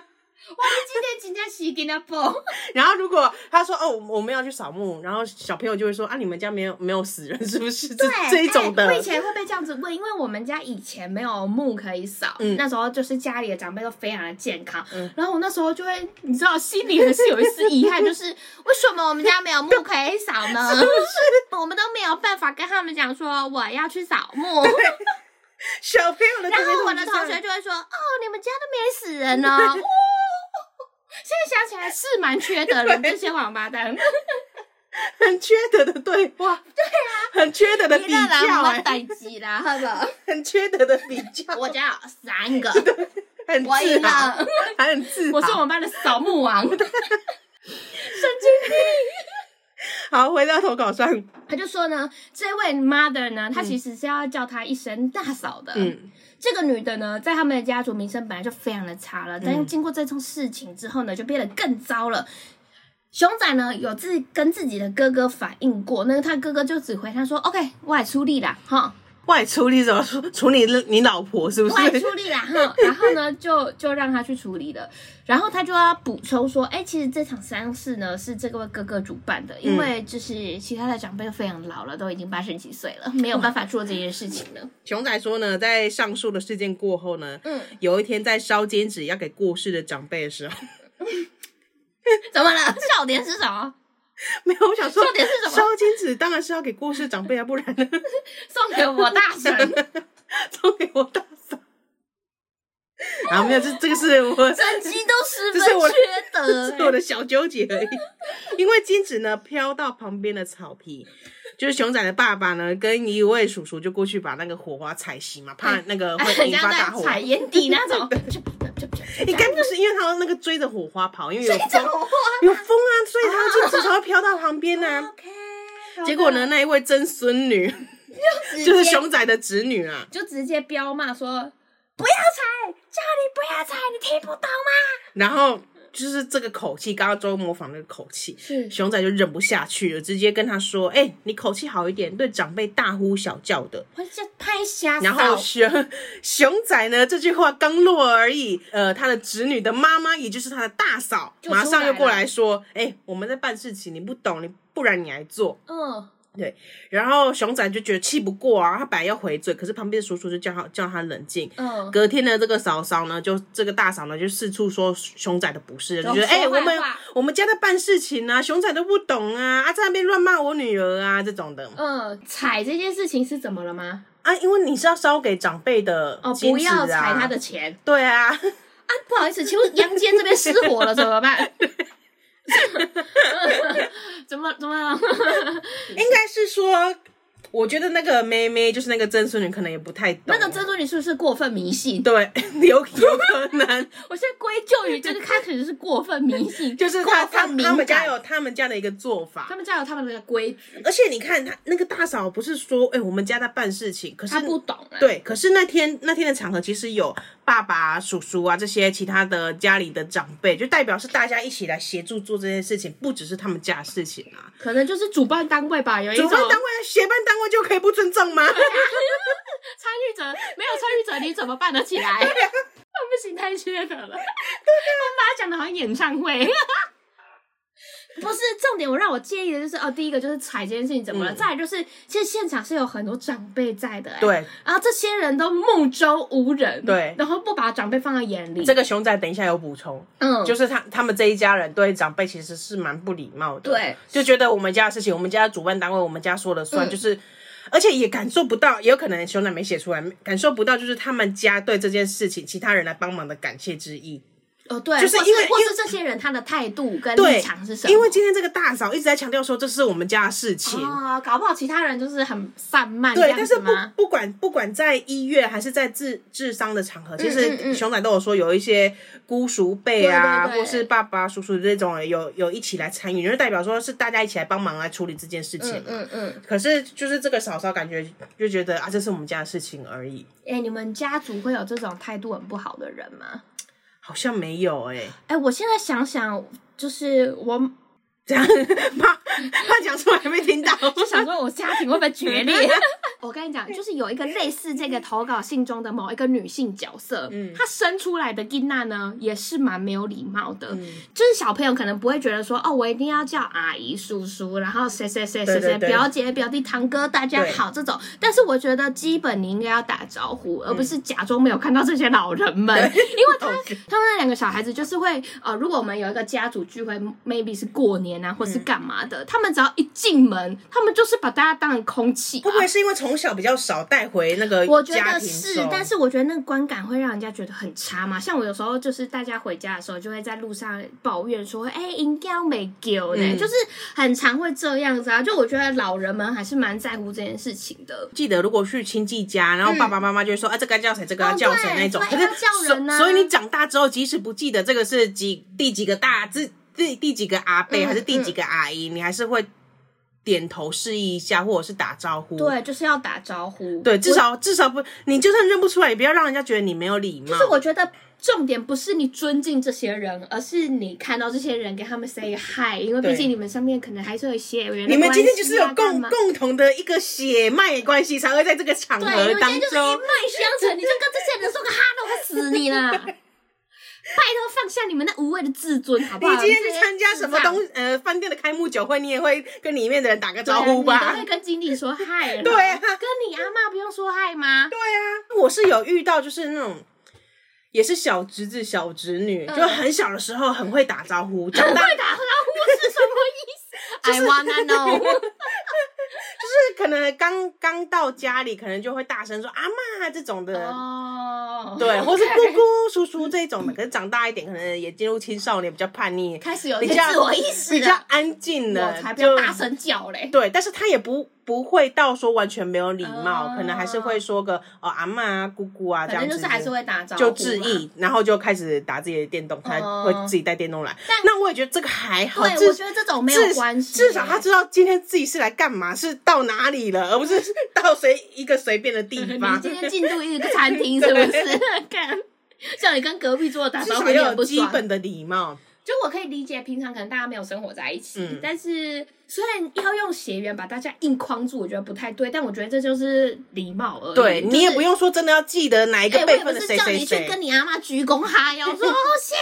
Speaker 2: 哇，你今天今天洗给他包，
Speaker 1: 然后如果他说哦，我我们要去扫墓，然后小朋友就会说啊，你们家没有没有死人是不是？这这一种的
Speaker 2: 哎我以，前会被这样子问，因为我们家以前没有墓可以扫，
Speaker 1: 嗯
Speaker 2: 那时候就是家里的长辈都非常的健康，
Speaker 1: 嗯
Speaker 2: 然后我那时候就会，你知道，心里还是有一丝遗憾， 就是为什么我们家没有墓可以扫呢？ 我们都没有办法跟他们讲说我要去扫墓。
Speaker 1: 小朋友的
Speaker 2: 然
Speaker 1: 童言童语
Speaker 2: 后我的同学就会说：“哦，你们家都没死人呢、哦。现在想起来是蛮缺德的，这些王八蛋。
Speaker 1: 很缺德的对话，对啊，很缺德的 比
Speaker 2: 别让
Speaker 1: 较、
Speaker 2: 我
Speaker 1: 哎
Speaker 2: 待机啦，好不好？
Speaker 1: 很缺德的比较，
Speaker 2: 啊 我家有 三个，
Speaker 1: 啊很
Speaker 2: 我赢
Speaker 1: 自豪，
Speaker 2: 了，
Speaker 1: 还很自
Speaker 2: 我是我
Speaker 1: 豪。
Speaker 2: 们班的扫墓王。
Speaker 1: 好，回到投稿上，
Speaker 2: 他就说呢，这位 mother 呢，她其实是要叫她一声大嫂的。
Speaker 1: 嗯，
Speaker 2: 这个女的呢，在他们的家族名声本来就非常的差了，但经过这桩事情之后呢，就变得更糟了。熊仔呢，有自跟自己的哥哥反映过，那个他哥哥就只回他说：“OK，我也出力啦，哈，
Speaker 1: 外出你怎么说？处理你老婆是不
Speaker 2: 我也
Speaker 1: 是？
Speaker 2: 出力啦，哈。”然后呢，就就让他去处理了。然后他就要补充说：“哎，其实这场丧事呢，是这位哥哥主办的，因为就是其他的长辈都非常老了，都已经八十几岁了，没有办法做这件事情了。
Speaker 1: 熊仔说呢，在上述的事件过后呢，
Speaker 2: 嗯，
Speaker 1: 有一天在烧金纸要给过世的长辈的时候，
Speaker 2: 怎么了？笑点是什么？
Speaker 1: 没有，我想说
Speaker 2: 重点是什么
Speaker 1: 烧金纸当然是要给过世长辈啊，不然呢？
Speaker 2: 送给我大神，
Speaker 1: 送给我大嫂。 啊，没有，这这个是我
Speaker 3: 整集都十
Speaker 1: 这是我
Speaker 3: 分缺德、
Speaker 1: 这是我的小纠结而已。因为金子呢飘到旁边的草皮， 就是熊仔的爸爸呢跟一位叔叔就过去把那个火花踩熄嘛，怕那个会
Speaker 2: 哎很
Speaker 1: 引
Speaker 2: 像
Speaker 1: 发大
Speaker 2: 在
Speaker 1: 火。
Speaker 2: 踩眼底那种。
Speaker 1: 应该不是因为他那个追着火花跑，因为有
Speaker 3: 这种
Speaker 1: 风
Speaker 3: 话
Speaker 1: 有风啊，所以他金子才会飘到旁边 啊。
Speaker 2: OK，好的
Speaker 1: 结果呢，？那一位曾孙女
Speaker 3: 直
Speaker 1: 就是
Speaker 3: 接
Speaker 1: 熊仔的侄女啊，
Speaker 2: 就直接彪骂说：“不要踩，叫你不要踩，你听不懂吗
Speaker 1: 然后就是这个口气，刚刚周模仿那个口气，
Speaker 2: 是
Speaker 1: 熊仔就忍不下去了，直接跟他说：“哎、你口气好一点，对长辈大呼小叫的。”？”
Speaker 2: 我就拍瞎
Speaker 1: 然后熊 熊仔呢，这句话刚落而已，呃，他的侄女的妈妈，也就是他的大嫂，
Speaker 2: 就出来
Speaker 1: 马
Speaker 2: 了
Speaker 1: 上又过来说：“哎、我们在办事情，你不懂，你不然你来做。
Speaker 2: 嗯，”
Speaker 1: 然后熊仔就觉得气不过啊，他本来要回嘴，可是旁边的叔叔就叫他叫他冷静。
Speaker 2: 嗯，
Speaker 1: 隔天的这个嫂嫂呢，就这个大嫂呢，就四处说熊仔的不是，就觉得
Speaker 2: 说坏
Speaker 1: 哎、我们
Speaker 2: 话
Speaker 1: 我们家在办事情啊，熊仔都不懂啊，啊在那边乱骂我女儿啊这种的
Speaker 2: 嗯，踩这件事情是怎么了吗？
Speaker 1: 啊，因为你是要烧给长辈的
Speaker 2: 哦，
Speaker 1: 金
Speaker 2: 不
Speaker 1: 纸
Speaker 2: 要
Speaker 1: 啊，
Speaker 2: 踩他的钱
Speaker 1: 对啊，
Speaker 2: 啊！不好意思，请问阳间这边失火了怎么办？ 怎么怎么了？
Speaker 1: 应该是说，我觉得那个妹妹就是那个曾孙女，可能也不太懂
Speaker 2: 那个珍珠你是不是过分迷信？
Speaker 1: 对， 有有可能
Speaker 2: 我现在归咎于这个开始是过分迷 信，
Speaker 1: 就是
Speaker 2: 过
Speaker 1: 他他
Speaker 2: 分敏
Speaker 1: 他们家
Speaker 2: 感。
Speaker 1: 有他们家的一个做
Speaker 2: 他
Speaker 1: 法，
Speaker 2: 们家有他们的规矩，
Speaker 1: 而且你看他那个大嫂不是说，哎、我们家在办事情，可是
Speaker 2: 他不懂啊。
Speaker 1: 对，可是那天那天的场合，其实有爸爸、叔叔啊这些其他的家里的长辈，就代表是大家一起来协助做这件事情，不只是他们家的事情啊。
Speaker 2: 可能就是主办单位吧，有一
Speaker 1: 主
Speaker 2: 种
Speaker 1: 办单位、协办单位就可以不尊重吗？
Speaker 2: 参与者没有参与者，你怎么办得起来？ 那不行，太缺德了。他妈讲的好像演唱会。 不是重点，我让我介意的就是哦，第一个就是踩这件事情怎么了，
Speaker 1: 嗯
Speaker 2: 再来就是其实现场是有很多长辈在的、欸，，
Speaker 1: 对，
Speaker 2: 然后这些人都目周无人，
Speaker 1: 对
Speaker 2: 然后不把长辈放在眼里，
Speaker 1: 这个熊仔等一下有补充。
Speaker 2: 嗯，
Speaker 1: 就是他他们这一家人对长辈其实是蛮不礼貌的，
Speaker 2: 对，
Speaker 1: 就觉得我们家的事情，我们家主办单位，我们家说了算，
Speaker 2: 嗯
Speaker 1: 就是。而且也感受不到，也有可能熊仔没写出来，感受不到就是他们家对这件事情其他人来帮忙的感谢之意。
Speaker 2: 哦对，
Speaker 1: 就是
Speaker 2: 或
Speaker 1: 因为
Speaker 2: 或
Speaker 1: 因
Speaker 2: 是
Speaker 1: 为
Speaker 2: 这些人他的态度跟
Speaker 1: 对
Speaker 2: 立场是什么？
Speaker 1: 因为今天这个大嫂一直在强调说这是我们家的事情，
Speaker 2: 哦，搞不好其他人就是很散漫这
Speaker 1: 对，
Speaker 2: 样
Speaker 1: 但是
Speaker 2: 子
Speaker 1: 不
Speaker 2: 吗？
Speaker 1: 不管不管在医院还是在治治伤的场合，其
Speaker 2: 嗯嗯
Speaker 1: 实熊仔都有说有一些姑叔辈啊，
Speaker 2: 对对对
Speaker 1: 或是爸爸叔叔这种有有一起来参与，就是代表说是大家一起来帮忙来处理这件事情嘛。
Speaker 2: 嗯嗯，
Speaker 1: 可是就是这个嫂嫂感觉就觉得啊，这是我们家的事情而已，
Speaker 2: 哎、你们家族会有这种态度很不好的人吗？
Speaker 1: 好像没有哎、欸，
Speaker 2: 哎、我现在想想，就是我
Speaker 1: 这样怕怕讲出来没听 到，
Speaker 2: 就想说，我家庭会不会决裂？ 我跟你讲，就是有一个类似这个投稿信中的某一个女性角色，嗯，她生出来的囡娜呢，也是蛮没有礼貌的。就是小朋友可能不会觉得说，哦，我一定要叫阿姨、叔叔，然后谁谁谁谁
Speaker 1: 对
Speaker 2: 谁，
Speaker 1: 对对
Speaker 2: 表姐、表弟、堂哥，大家好这种。但是我觉得，基本你应该要打招呼，而不是假装没有看到这些老人们，因为他
Speaker 1: OK
Speaker 2: 他们那两个小孩子就是会，呃，如果我们有一个家族聚会，maybe 是过年啊，或是干嘛
Speaker 1: 嗯
Speaker 2: 的，他们只要一进门，他们就是把大家当成空气、啊
Speaker 1: 会。不会是因为从小比较少带回那个
Speaker 2: 我觉
Speaker 1: 家
Speaker 2: 得
Speaker 1: 庭
Speaker 2: 是
Speaker 1: 中，
Speaker 2: 但是我觉得那个观感会让人家觉得很差嘛。像我有时候就是大家回家的时候，就会在路上抱怨说：“哎、应该没丢呢。
Speaker 1: 嗯
Speaker 2: 就是很常会这样子啊。就我觉得老人们还是蛮在乎这件事情的。
Speaker 1: 记得，如果去亲戚家，然后爸爸妈妈就会说、啊，这个要叫谁，这个要叫谁
Speaker 2: 嗯哦对
Speaker 1: 那种。
Speaker 2: 所
Speaker 1: 可
Speaker 2: 以要
Speaker 1: 是
Speaker 2: 叫人啊
Speaker 1: 所所以你长大之后，即使不记得这个是几第几个大字，第第几个阿伯、
Speaker 2: 嗯
Speaker 1: 还是第几个阿姨，你还是会点头示意一下，或者是打招呼。
Speaker 2: 对，就是要打招呼。
Speaker 1: 嗯对，至少至少不，你就算认不出来，也不要让人家觉得你没有礼貌。
Speaker 2: 就是我觉得重点不是你尊敬这些人，而是你看到这些人给他们 say hi，因为
Speaker 1: 对
Speaker 2: 毕竟你们上面可能还是有一些人、
Speaker 1: 你们今天就是有共
Speaker 2: 啊嘛。
Speaker 1: 共同的一个血脉关系，才会在这个场
Speaker 2: 对，
Speaker 1: 合
Speaker 2: 你们
Speaker 1: 当
Speaker 2: 今天就是一
Speaker 1: 中
Speaker 2: 脉相承，你就跟这些人说个哈喽，我死 你啦！拜托放下你们那无谓的自尊，好不
Speaker 1: 你
Speaker 2: 好？
Speaker 1: 今天
Speaker 2: 这
Speaker 1: 去
Speaker 2: 些
Speaker 1: 参加什么
Speaker 2: 智障
Speaker 1: 东呃饭店的开幕酒会，你也会跟里面的人打个
Speaker 2: 对啊
Speaker 1: 招呼吧？
Speaker 2: 你都会跟经理说嗨了。
Speaker 1: 对啊
Speaker 2: 跟你阿妈不用说嗨吗？
Speaker 1: 对啊，我是有遇到，就是那种也是小侄子、小侄女，
Speaker 2: 嗯
Speaker 1: 就很小的时候很会打招呼，长
Speaker 2: 很
Speaker 1: 大
Speaker 2: 会打招呼是什么意思？
Speaker 3: I wanna know，
Speaker 1: 就是可能刚刚到家里，可能就会大声说阿妈啊这种的。
Speaker 2: 哦，
Speaker 1: 对，或是
Speaker 2: OK
Speaker 1: 姑姑、叔叔这种的，可是长大一点，可能也进入青少年，比较叛逆，
Speaker 2: 开始有一
Speaker 1: 比
Speaker 2: 些
Speaker 1: 较
Speaker 2: 自我意识
Speaker 1: 比较
Speaker 2: 了，
Speaker 1: 安静
Speaker 2: 我
Speaker 1: 了，
Speaker 2: 才不
Speaker 1: 就
Speaker 2: 要大声叫嘞。
Speaker 1: 对，但是他也不不会到说完全没有礼貌，
Speaker 2: 哦
Speaker 1: 可能还是会说个哦阿嬷啊、姑姑啊这
Speaker 2: 反
Speaker 1: 样
Speaker 2: 正
Speaker 1: 子，
Speaker 2: 就是还是会打招呼，
Speaker 1: 就致。意，然后就开始打自己的电动，他
Speaker 2: 哦
Speaker 1: 会自己带电动来。
Speaker 2: 但
Speaker 1: 那我也觉得这个还好，
Speaker 2: 对，我
Speaker 1: 至
Speaker 2: 觉得这种没有关系，
Speaker 1: 哦至少他知道今天自己是来干嘛，是到哪里了，而不 是到随一个随便的地
Speaker 3: 你
Speaker 1: 方。
Speaker 3: 今天进入一个餐厅是不 是？看，像你跟隔壁桌打
Speaker 1: 至
Speaker 3: 招呼
Speaker 1: 少
Speaker 3: 你
Speaker 1: 要
Speaker 3: 很
Speaker 1: 有
Speaker 3: 不
Speaker 1: 基
Speaker 3: 爽。
Speaker 1: 本的礼貌，
Speaker 2: 就我可以理解，平常可能大家没有生活在一起，
Speaker 1: 嗯
Speaker 2: 但是虽然要用血缘把大家硬框住，我觉得不太对，但我觉得这就是礼貌而已。
Speaker 1: 对
Speaker 2: 就是
Speaker 1: 你也不用说真的要记得哪一
Speaker 3: 哎、
Speaker 1: 个
Speaker 3: 我
Speaker 1: 辈
Speaker 3: 也不
Speaker 1: 分的
Speaker 3: 是
Speaker 1: 谁
Speaker 3: 叫
Speaker 1: 谁
Speaker 3: 你去
Speaker 1: 谁，
Speaker 3: 跟你阿妈鞠躬哈腰，说哦谢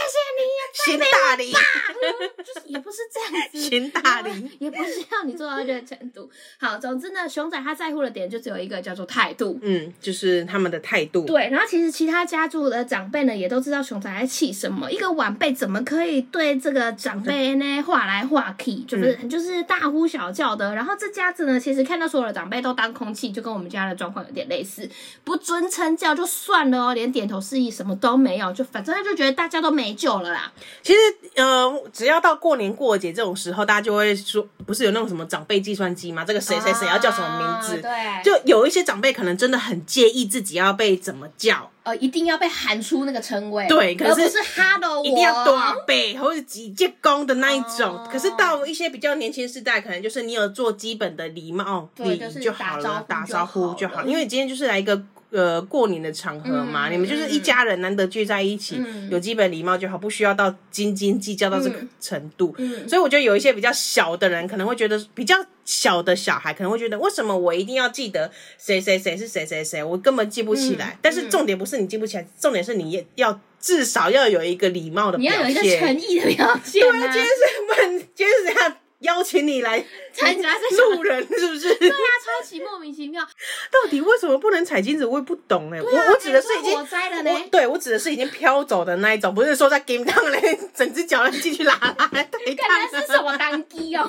Speaker 3: 谢
Speaker 1: 行大礼，
Speaker 2: 啊嗯就就是也不是这样 子，
Speaker 1: 行大 礼。
Speaker 2: 也不需要你做到这个程度。好，总之呢，熊仔他在乎的点就只有一个，叫做态度。
Speaker 1: 嗯，就是他们的态度。
Speaker 2: 对，然后其实其他家族的长辈呢，也都知道熊仔在气什么。一个晚辈怎么可以对这个长辈呢话来话去，
Speaker 1: 嗯
Speaker 2: 就是、就是大呼小叫的。然后这家子呢，其实看到所有的长辈都当空气，就跟我们家的状况有点类似，不尊称叫就算了哦，连点头示意什么都没有，就反正他就觉得大家都没救了啦。
Speaker 1: 其实，呃，只要到过年过节这种时候，大家就会说，不是有那种什么长辈计算机吗？这个谁谁
Speaker 3: 啊
Speaker 1: 谁要叫什么名字？
Speaker 2: 啊对，
Speaker 1: 就有一些长辈可能真的很介意自己要被怎么叫，
Speaker 2: 呃一定要被喊出那个称谓，
Speaker 1: 对可
Speaker 2: 而
Speaker 1: 是
Speaker 2: 不是 hello 我
Speaker 1: 一定要啊多少倍或者几介公的那一种。
Speaker 2: 哦
Speaker 1: 可是到一些比较年轻世代，可能就是你有做基本的礼貌
Speaker 2: 对
Speaker 1: 礼
Speaker 2: 就是
Speaker 1: 仪就好了，
Speaker 2: 打
Speaker 1: 打
Speaker 2: 招
Speaker 1: 招
Speaker 2: 呼
Speaker 1: 呼
Speaker 2: 就
Speaker 1: 就
Speaker 2: 好
Speaker 1: 好，
Speaker 2: 了
Speaker 1: 因为今天就是来一个。呃，过年的场合嘛，
Speaker 2: 嗯
Speaker 1: 你们就是一家人难得聚在一起，
Speaker 2: 嗯
Speaker 1: 有基本礼貌就好，不需要到斤斤计较到这个
Speaker 2: 嗯
Speaker 1: 程度。
Speaker 2: 嗯，
Speaker 1: 所以我觉得有一些比较小的人可能会觉得，比较小的小孩可能会觉得，为什么我一定要记得谁谁谁是谁谁谁？我根本记不起来。
Speaker 2: 嗯
Speaker 1: 但是重点不是你记不起来，重点是你也要至少要有一个礼貌的
Speaker 2: 你
Speaker 1: 表
Speaker 2: 要有一个
Speaker 1: 现。
Speaker 2: 诚意的表现、
Speaker 1: 对
Speaker 2: 啊，
Speaker 1: 啊，今天是问， 今天是这样邀请你来
Speaker 2: 参加这
Speaker 1: 路人，是不是？
Speaker 2: 啊超级莫名其妙，
Speaker 1: 到底为什么不能踩金子？我也不懂哎、
Speaker 2: 对啊
Speaker 1: 我我指的是已
Speaker 2: 这也
Speaker 1: 经
Speaker 2: 火灾了呢。
Speaker 1: 我对我指的是已经飘走的那一种，不是说在 game 上嘞，整只脚进去拉拉，太
Speaker 2: 感
Speaker 1: 烫
Speaker 2: 觉
Speaker 1: 了，
Speaker 2: 是什么单机 哦，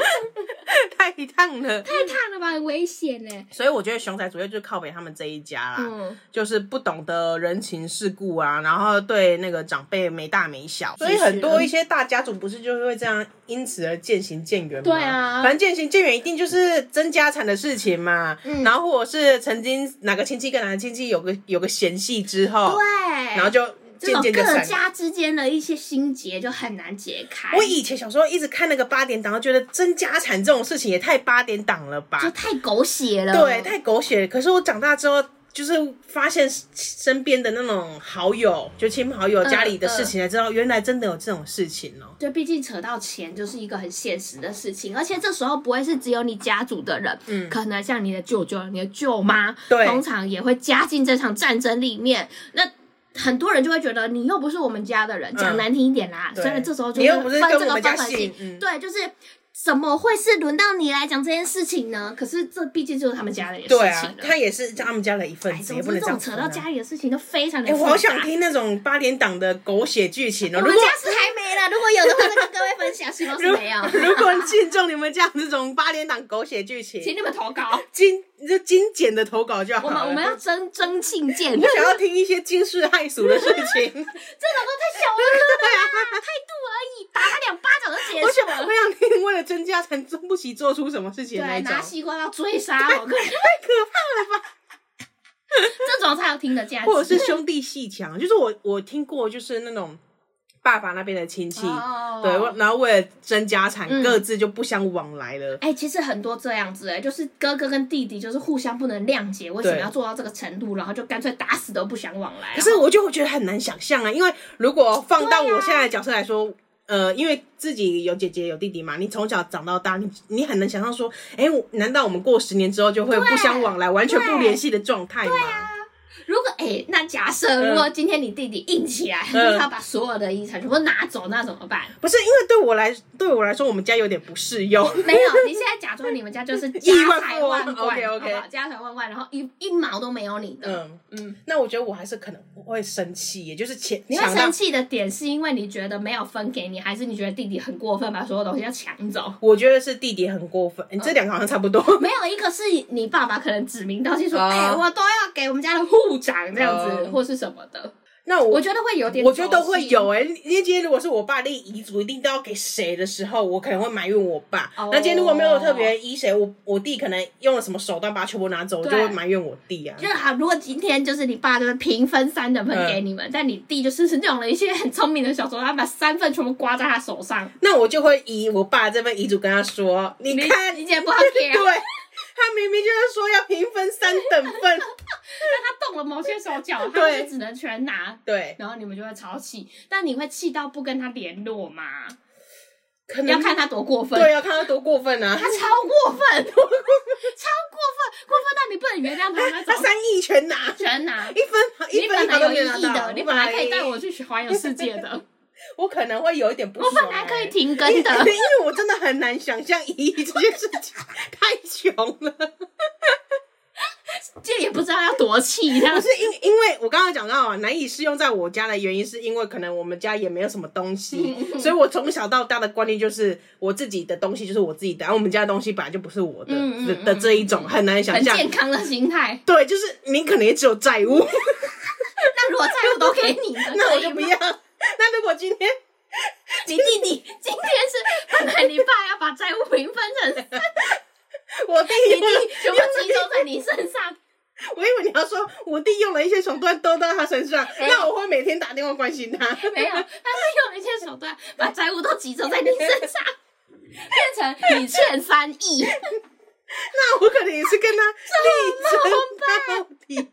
Speaker 1: 太烫了。
Speaker 2: 太烫了吧，很危险呢。
Speaker 1: 所以我觉得熊仔主要就是靠北他们这一家啦，
Speaker 2: 嗯，
Speaker 1: 就是不懂得人情世故啊，然后对那个长辈没大没小，所以很多一些大家族不是就是会这样，因此而渐行渐远吗？
Speaker 2: 对啊
Speaker 1: 反正渐行渐远一定就是争家产的事情嘛，
Speaker 2: 嗯
Speaker 1: 然后或者是曾经哪个亲戚跟哪个亲戚有个有个嫌隙之后，
Speaker 2: 对，
Speaker 1: 哦然后就
Speaker 2: 这
Speaker 1: 渐
Speaker 2: 种
Speaker 1: 渐就
Speaker 2: 各
Speaker 1: 散
Speaker 2: 家之间的一些心结就很难解开，
Speaker 1: 我以前小时候一直看那个八点档，觉得争家产这种事情也太八点档了吧，
Speaker 3: 你，就太狗血
Speaker 2: 嗯
Speaker 3: 了。
Speaker 1: 对，太狗血了。可是我长大之后，就是发现身边的那种好友，就亲朋好友
Speaker 2: 嗯
Speaker 1: 家里的事
Speaker 2: 嗯
Speaker 1: 情，才知道原来真的有这种事情哦、
Speaker 2: 就毕竟扯到钱就是一个很现实的事情，而且这时候不会是只有你家族的人，嗯，可能像你的舅舅、你的舅妈，
Speaker 1: 对
Speaker 2: 通常也会加进这场战争里面。那很多人就会觉得你又不是我们家的人，讲难听一点啦，
Speaker 1: 嗯对
Speaker 2: 虽然这时候就
Speaker 1: 你又不是
Speaker 2: 分
Speaker 1: 跟我
Speaker 2: 这个
Speaker 1: 们家
Speaker 2: 分很
Speaker 1: 姓
Speaker 2: 细，
Speaker 1: 嗯
Speaker 2: 对，就是。怎么会是轮到你来讲这件事情呢？可是这毕竟就是他们家的事情
Speaker 1: 对
Speaker 2: 了。
Speaker 1: 啊，他也是他们家的一份
Speaker 2: 哎
Speaker 1: 子，
Speaker 2: 总
Speaker 1: 也
Speaker 2: 之
Speaker 1: 不能
Speaker 2: 这
Speaker 1: 这
Speaker 2: 种
Speaker 1: 样
Speaker 2: 扯
Speaker 1: 分
Speaker 2: 到
Speaker 1: 啊
Speaker 2: 家里的事情都非常的
Speaker 1: 哎、我
Speaker 2: 复
Speaker 1: 好
Speaker 2: 杂
Speaker 1: 想听那种八点档的狗血剧情哦、
Speaker 2: 我
Speaker 1: 如
Speaker 2: 们
Speaker 1: 果
Speaker 2: 家是还没啦，如果有的话，再跟各位分享，希望是没有。
Speaker 1: 如 果听众你们家有这种八点档狗血剧
Speaker 2: 请
Speaker 1: 情，
Speaker 2: 你们投稿。
Speaker 1: 精你就精简的投稿就 好
Speaker 2: 我们
Speaker 1: 了。
Speaker 2: 我们要争争信件，
Speaker 1: 我想要听一些惊世骇俗的事情。
Speaker 2: 这种都太小儿科 了啦，态度而已，打他两巴掌就结
Speaker 1: 啊我
Speaker 2: 束
Speaker 1: 想，
Speaker 2: 了。
Speaker 1: 我想听为了增加成终不惜做出什么事情的那
Speaker 2: 对，
Speaker 1: 一种
Speaker 2: 拿。西瓜要追杀我，
Speaker 1: 太可怕了吧！
Speaker 2: 这种才有听的价值。
Speaker 1: 或者是兄弟戏强， 就是我我听过，就是那种爸爸那边的亲戚，
Speaker 2: 哦
Speaker 1: 对，然后为了争家产，
Speaker 2: 嗯
Speaker 1: 各自就不相往来了。
Speaker 2: 哎、其实很多这样子、哎，就是哥哥跟弟弟就是互相不能谅解，为什么
Speaker 1: 对
Speaker 2: 要做到这个程度，然后就干脆打死都不相往来。
Speaker 1: 可是我就觉得很难想象啊，因为如果放到我现在的角色来说。呃，因为自己有姐姐有弟弟嘛，你从小长到大，你你很难想象说，哎、我难道我们过十年之后就会不相往来，完全不联系的状态吗？
Speaker 2: 啊，如果哎、那假设
Speaker 1: 嗯
Speaker 2: 如果今天你弟弟硬起来，就是他把所有的遗产全部拿走，那怎么办？
Speaker 1: 不是因为对我来对我来说，我们家有点不适用。
Speaker 2: 没有，你现在假装你们家就是家财万贯
Speaker 1: OK，OK
Speaker 2: 好不好家财万贯，然后一一毛都没有你的。
Speaker 1: 嗯嗯，那我觉得我还是可能会生气，也就是前
Speaker 2: 你会
Speaker 1: 抢到
Speaker 2: 生气的点是因为你觉得没有分给你，还是你觉得弟弟很过分，把所有东西要抢走？
Speaker 1: 我觉得是弟弟很过分，
Speaker 2: 嗯
Speaker 1: 这两个好像差不多。
Speaker 2: 没有一个是你爸爸可能指名道姓说，
Speaker 1: 哦
Speaker 2: 哎、我都要给我们家的护长这样子，
Speaker 1: 哦
Speaker 2: 或是什么的。
Speaker 1: 那我
Speaker 2: 我觉得会有点，
Speaker 1: 我觉得都会有。哎、因为今天如果是我爸立遗嘱，一定都要给谁的时候，我可能会埋怨我爸。
Speaker 2: 哦
Speaker 1: 那今天如果没有特别依谁，我我弟可能用了什么手段把他全部拿走，我就
Speaker 2: 对
Speaker 1: 会埋怨我弟啊
Speaker 2: 就。是好，如果今天就是你爸就是平分三等
Speaker 1: 嗯
Speaker 2: 分给你们，但你弟就是 是用了一些很聪明的小手段，他把三份全部刮在他手上。
Speaker 1: 那我就会以我爸这份遗嘱跟他说：“你看，
Speaker 2: 你姐不好
Speaker 1: 对
Speaker 2: 给啊，
Speaker 1: 他明明就是说要平分三等份，
Speaker 2: 他动了某些手 脚，他
Speaker 1: 对
Speaker 2: 就只能全拿。
Speaker 1: 对，
Speaker 2: 然后你们就会超气，但你会气到不跟他联络吗？
Speaker 1: 可
Speaker 2: 要
Speaker 1: 能
Speaker 2: 看他多过分。
Speaker 1: 嗯对要看他多过分啊
Speaker 2: 他！超过分， 超过分，过分到你不能原谅 他那
Speaker 1: 他
Speaker 2: 种。
Speaker 1: 三亿全拿，
Speaker 2: 全拿，
Speaker 1: 一分
Speaker 2: 你
Speaker 1: 一分
Speaker 2: 本
Speaker 1: 一毛都
Speaker 2: 来
Speaker 1: 没
Speaker 2: 有
Speaker 1: 拿
Speaker 2: 意义
Speaker 1: 到。
Speaker 2: 的，你本来可以带
Speaker 1: 我
Speaker 2: 我去环游世界 的，
Speaker 1: 我可能会有一点不
Speaker 2: 我
Speaker 1: 爽、欸。
Speaker 2: 本来可以停 更的。
Speaker 1: 因为我真的很难想象姨姨这件事情，太穷了。
Speaker 2: 就也不知道要 多气，这样
Speaker 1: 不是因因为我刚刚讲到啊，难以适用在我家的原因，是因为可能我们家也没有什么东 西，所以我从小到大的观念就是我自己的东西就是我自己的，然后我们家的东西本来就不是我的、
Speaker 2: 嗯嗯
Speaker 1: 的
Speaker 2: 嗯
Speaker 1: 的这一种，很难想
Speaker 2: 很
Speaker 1: 象。
Speaker 2: 健康的 心态。
Speaker 1: 对，就是你可能也只有债务，
Speaker 2: 那如果债务都给你了，
Speaker 1: 那我
Speaker 2: 可以
Speaker 1: 就
Speaker 2: 吗
Speaker 1: 不要。那如果今天
Speaker 2: 你弟弟今天是本来你爸要把债务平分成，你
Speaker 1: 我弟
Speaker 2: 弟全部集中在你身 上，
Speaker 1: 我以为你要说我弟用了一些手段兜到他身上，
Speaker 2: 没有
Speaker 1: 那我会每天打电话关心他。
Speaker 2: 没有，他是用了一些手段把债务都集中在你身上，变成你欠 三亿。
Speaker 1: 那我可能也是跟他力 争到底。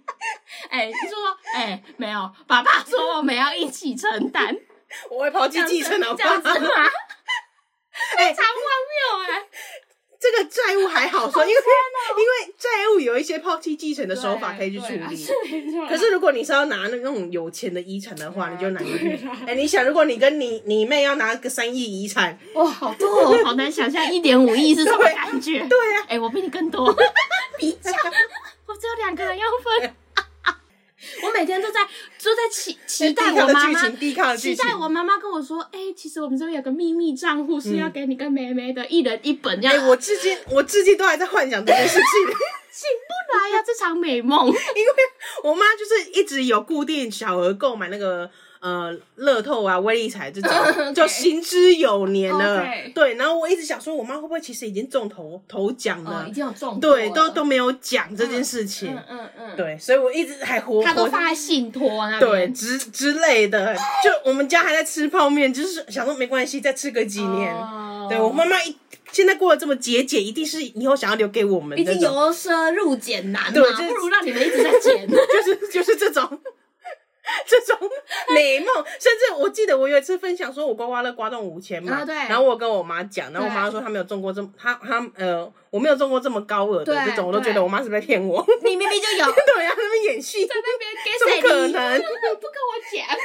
Speaker 2: 哎、说哎、没有，爸爸说我们要一起承担，
Speaker 1: 我会抛弃继承好
Speaker 2: 这
Speaker 1: 不
Speaker 2: 样子
Speaker 1: 好？
Speaker 2: 吗？
Speaker 1: 哎、
Speaker 2: 常荒谬哎、
Speaker 1: 这个债务还好说， 因为因为债务有一些抛弃继承的手法可以去处
Speaker 2: 对啊
Speaker 1: 理
Speaker 2: 是。没错 啊
Speaker 1: 可是如果你是要拿那那种有钱的遗产的话，你就难一点
Speaker 2: 对啊。
Speaker 1: 哎、你想，如果你跟你你妹要拿个三亿遗产，
Speaker 2: 哇，好多哦，好难想象一点五亿是什么感觉。对
Speaker 1: 对啊，
Speaker 2: 哎、我比你更多，比 较，我只有两个人要分。 我每天都在都在期期
Speaker 1: 低
Speaker 2: 待
Speaker 1: 抗
Speaker 2: 我
Speaker 1: 的
Speaker 2: 妈
Speaker 1: 剧
Speaker 2: 妈
Speaker 1: 情，低抗的
Speaker 2: 期
Speaker 1: 剧情
Speaker 2: 待。我妈妈跟我说，哎、其实我们这边有个秘密账户是要给你跟梅梅的，一人一本这
Speaker 1: 哎、
Speaker 2: 样。
Speaker 1: 我至今我至今都还在幻想这件事情。
Speaker 2: 醒不来呀、这场美梦。
Speaker 1: 因为我妈就是一直有固定小额购买那个呃乐透啊、威力彩这种，
Speaker 2: OK
Speaker 1: 就行之有年了。
Speaker 2: OK
Speaker 1: 对，然后我一直想说，我妈会不会其实已经中头头奖了？
Speaker 2: 哦经有中
Speaker 1: 对，都都没有讲这件事情。
Speaker 2: 嗯嗯嗯，
Speaker 1: 对，所以我一直还活
Speaker 2: 他都
Speaker 1: 活
Speaker 2: 放在信托那
Speaker 1: 对
Speaker 2: 边。
Speaker 1: 之之类的，就我们家还在吃泡面，就是想说没关系，再吃个几年。
Speaker 2: 哦
Speaker 1: 对我妈妈一现在过得这么节俭，一定是以后想要留给我们
Speaker 2: 已
Speaker 1: 的。
Speaker 2: 经由奢入俭难嘛
Speaker 1: 对，这
Speaker 2: 不如让你们一直在俭。
Speaker 1: 就是就是这种这种
Speaker 2: 哎
Speaker 1: 美梦，甚至我记得我有一次分享说，我刮刮乐刮中五千嘛，
Speaker 2: 啊对
Speaker 1: 然后我跟我妈讲，然后我妈
Speaker 2: 对
Speaker 1: 说她没有中过这么，她她呃，我没有中过这么高额的
Speaker 2: 对
Speaker 1: 这种，我都
Speaker 2: 对
Speaker 1: 觉得我妈是不是在骗我，
Speaker 2: 你明明就有，
Speaker 1: 对呀、啊，那边演戏
Speaker 2: 在，那边给
Speaker 1: 怎
Speaker 2: 谁
Speaker 1: 么可能
Speaker 2: 不跟我讲，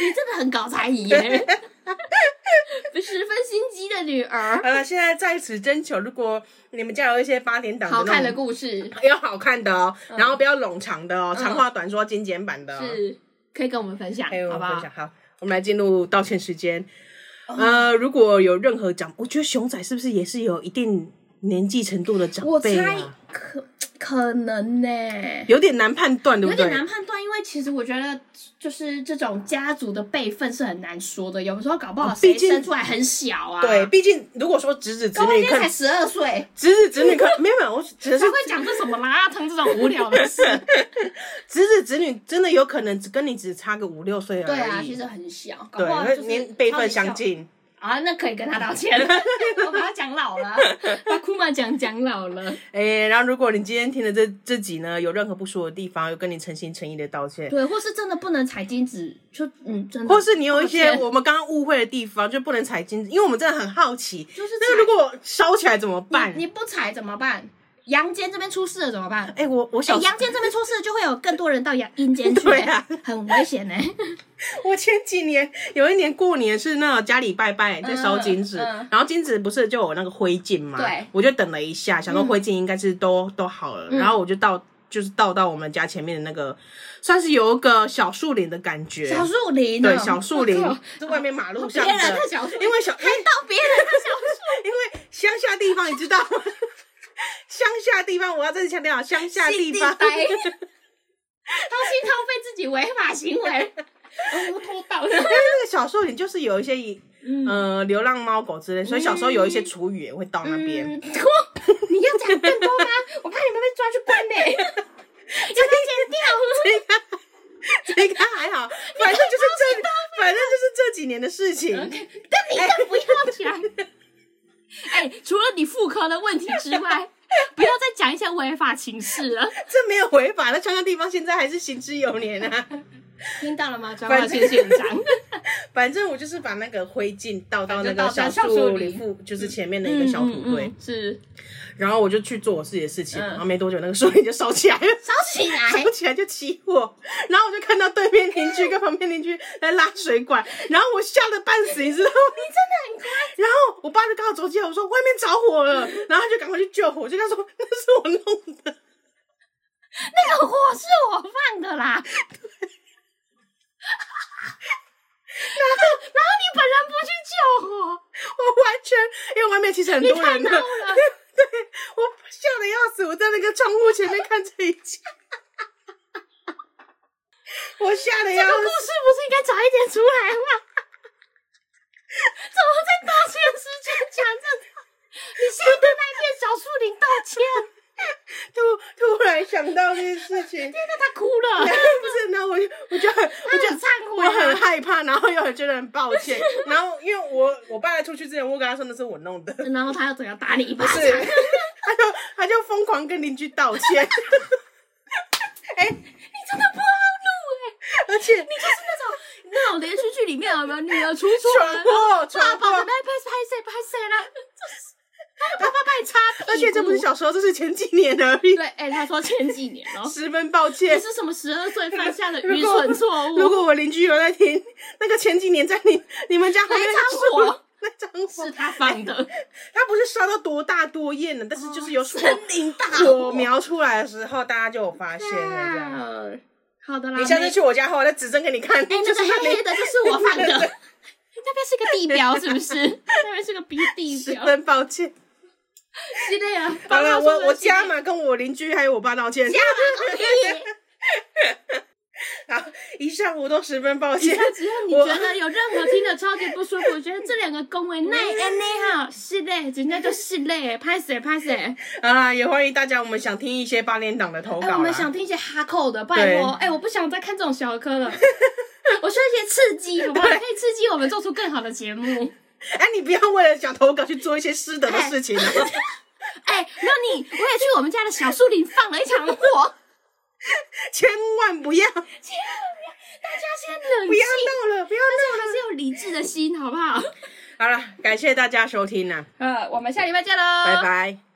Speaker 2: 你真的很搞猜疑耶！ 十分心机的女儿，
Speaker 1: 好了，现在在此征求，如果你们家有一些八点档
Speaker 2: 好
Speaker 1: 那
Speaker 2: 看的
Speaker 1: 种。
Speaker 2: 故事
Speaker 1: 要好看的哦，然后不要冗长的哦，
Speaker 2: 嗯
Speaker 1: 长话短说，精简版的、哦。
Speaker 2: 是可以跟我们分享
Speaker 1: 还有，
Speaker 2: 好不
Speaker 1: 哎分
Speaker 2: 好
Speaker 1: 享？？好，我们来进入道歉时间。
Speaker 2: 哦
Speaker 1: 呃，如果有任何长，我觉得熊仔是不是也是有一定年纪程度的长
Speaker 2: 我
Speaker 1: 辈
Speaker 2: 猜
Speaker 1: 啊？
Speaker 2: 可可能呢、
Speaker 1: 有点难判断，对
Speaker 2: 有
Speaker 1: 不对
Speaker 2: 点？难判断，因为其实我觉得就是这种家族的辈分是很难说的，有时候搞不好
Speaker 1: 哦毕
Speaker 2: 谁
Speaker 1: 竟
Speaker 2: 生出来很小啊，
Speaker 1: 对，，毕竟如果说侄子侄
Speaker 2: 高中
Speaker 1: 女
Speaker 2: 今天
Speaker 1: 看
Speaker 2: 才十二岁，
Speaker 1: 侄子侄女看没有没有，我只是
Speaker 2: 才会讲这什么啦啦汤这种无聊的 事。
Speaker 1: 侄子侄女真的有可能只跟你只差个五六岁而已。
Speaker 2: 对啊，其实很小，搞
Speaker 1: 对，
Speaker 2: 不好
Speaker 1: 那
Speaker 2: 就是
Speaker 1: 年辈分
Speaker 2: 超
Speaker 1: 相
Speaker 2: 级小
Speaker 1: 近。
Speaker 2: 啊，那可以跟他 道歉，我把他讲老了，把库玛讲讲老 了。
Speaker 1: 哎，然后如果你今天听的这这集呢，有任何不舒服的地方，有跟你诚心诚意的道歉，
Speaker 2: 对，或是真的不能踩金子，就嗯，真 的，
Speaker 1: 或是你有一些
Speaker 2: 道歉
Speaker 1: 我们刚刚误会的地方，就不能踩金子，因为我们真的很好奇，
Speaker 2: 就是
Speaker 1: 那
Speaker 2: 踩
Speaker 1: 如果烧起来怎么办？
Speaker 2: 你你不踩怎么办？阳间这边出事了怎么办？
Speaker 1: 哎、我我
Speaker 2: 哎、
Speaker 1: 小时
Speaker 2: 阳间这边出事了就会有更多人到阳阴间去、
Speaker 1: 对
Speaker 2: 哎
Speaker 1: 啊
Speaker 2: 很危 险呢、
Speaker 1: 我前几年有一年过年是那家里拜拜在烧金纸，
Speaker 2: 嗯嗯
Speaker 1: 然后金纸不是就有那个灰烬嘛？
Speaker 2: 对嗯
Speaker 1: 我就等了一下，想说灰烬应该是都、都好了，然后我就到就是倒到我们家前面的那个，算是有一个小树林的感觉，
Speaker 2: 小树林哦、
Speaker 1: 啊
Speaker 2: 哦
Speaker 1: 对小树林
Speaker 2: 我靠，
Speaker 1: 是外面马路
Speaker 2: 别
Speaker 1: 上
Speaker 2: 人
Speaker 1: 的
Speaker 2: 的，小树林
Speaker 1: 因为小因为
Speaker 2: 到别人的小树
Speaker 1: 因为乡下地方你知道吗？乡下地方，我要再强调，啊乡下地方
Speaker 2: 信 地呆掏心掏肺自己违法行为，哦我偷盗的。
Speaker 1: 那个小树林就是有一些以
Speaker 2: 嗯
Speaker 1: 呃流浪猫狗之类，所以小时候有一些厨余也会到那边。
Speaker 2: 嗯， 我你要讲更多吗？ 我怕你们被抓去关呢、要 不要剪掉？
Speaker 1: 这个还好，反正就是这，反正就是这几年的事情。
Speaker 2: 但你更不要讲。 哎、除了你妇科的问题之 外，不要再讲一些违法情事了。
Speaker 1: 这没有违法，那乡下地方现在还是行之有年啊。
Speaker 2: 听到了吗？转
Speaker 1: 化
Speaker 2: 县县 长，
Speaker 1: 反正我就是把那个灰烬倒到那
Speaker 2: 反正
Speaker 1: 个
Speaker 2: 倒到小
Speaker 1: 树
Speaker 2: 树林
Speaker 1: 附，就是前面的一个小土堆，
Speaker 2: 嗯嗯嗯是
Speaker 1: 然后我就去做我自己的事情，
Speaker 2: 嗯
Speaker 1: 然后没多久那个树林就烧起来了。
Speaker 2: 烧起来
Speaker 1: 烧。起来就起火，然后我就看到对面邻居跟旁边邻居在拉水管，然后我吓得半死，你知道吗？
Speaker 2: 真的很乖，
Speaker 1: 然后我爸就刚好走进来，我说外面着火了，然后他就赶快去救火，我就跟他说那是我弄的。
Speaker 2: 那个火是我放的 啦。然后，然后你本人不去救火，
Speaker 1: 我完全，因为外面其实很多人
Speaker 2: 你
Speaker 1: 的，对
Speaker 2: 太闹了
Speaker 1: 我笑的要死，我在那个窗户前面看这一切，我吓得要
Speaker 2: 这个故
Speaker 1: 死。
Speaker 2: 事不是应该早一点出来吗？ 怎么在道歉时间讲这种？你现在那片小树林道歉，
Speaker 1: 突突然想到这件事情，
Speaker 2: 真的他哭了，
Speaker 1: 不是，然后我就我就很我就
Speaker 2: 很忏
Speaker 1: 我
Speaker 2: 悔啊
Speaker 1: 很害怕，然后又很觉得很抱 歉，然后因为我我爸在出去之前，我跟他说那是我弄 的，
Speaker 2: 然后他要怎样打你一巴
Speaker 1: 不
Speaker 2: 掌？
Speaker 1: 是，他就他就疯狂跟邻居道歉，
Speaker 2: 你真的不好路哎、
Speaker 1: 而且
Speaker 2: 你就是 那种那种连续剧里面有没有女儿出错了
Speaker 1: 闯，祸
Speaker 2: 爸
Speaker 1: 闯
Speaker 2: 爸在
Speaker 1: 祸，
Speaker 2: 那拍拍谁拍谁了，就是爸爸帮你擦屁股，
Speaker 1: 而且这不是小时候，这是前几年而已
Speaker 2: 对，，哎、他说前几年 哦，
Speaker 1: 十分抱
Speaker 2: 不
Speaker 1: 歉。
Speaker 2: 是什么十二岁犯下的愚蠢错误，
Speaker 1: 如果我邻居有在听，那个前几年在你你们家旁边
Speaker 2: 那一张火，
Speaker 1: 那张火
Speaker 2: 是，他放的。
Speaker 1: 它不是烧到多大多艳的，但是就是有火
Speaker 2: 哦林大
Speaker 1: 火苗出来的时候，大家就有发现了这样。
Speaker 2: 啊好的啦，
Speaker 1: 你下次
Speaker 2: 没
Speaker 1: 去我家后，我再指证给你看，
Speaker 2: 哎、
Speaker 1: 就
Speaker 2: 那
Speaker 1: 是
Speaker 2: 个黑
Speaker 1: 里
Speaker 2: 黑的，就是我放的。那 边是个地标，是不是？那边是个鼻地
Speaker 1: 十
Speaker 2: 标
Speaker 1: 分抱歉。
Speaker 2: 之类啊。
Speaker 1: 好了，
Speaker 2: 帮他
Speaker 1: 我
Speaker 2: 说
Speaker 1: 我
Speaker 2: 的系列
Speaker 1: 加。码跟我邻居还有我爸道歉。
Speaker 2: 加码，OK
Speaker 1: 好，以上我都十分抱歉。
Speaker 2: 只要你
Speaker 1: 我
Speaker 2: 觉得有任何听得超级不舒服，我觉得这两个恭维耐安内哈是嘞，人家就是嘞，拍谁拍谁。
Speaker 1: 好啦，也欢迎大家，我们想听一些八连档的投稿
Speaker 2: 哎、
Speaker 1: 啦。
Speaker 2: 我们想听一些哈扣的，拜托。哎、我不想再看这种小儿科了， 我需要一些刺激，好不好？可以刺激我们做出更好的节目。
Speaker 1: 哎，你不要为了想投稿去做一些失德的
Speaker 2: 哎
Speaker 1: 事情啊。
Speaker 2: 哎、那你我也去我们家的小树林放了一场火，
Speaker 1: 千万不要，不
Speaker 2: 天啊大家先冷静，
Speaker 1: 要闹了，不要
Speaker 2: 大家还是有理智的心，好不好？
Speaker 1: 闹了。好了，感谢大家收听啦，啊
Speaker 2: 呃，我们下礼拜见喽，
Speaker 1: 拜拜。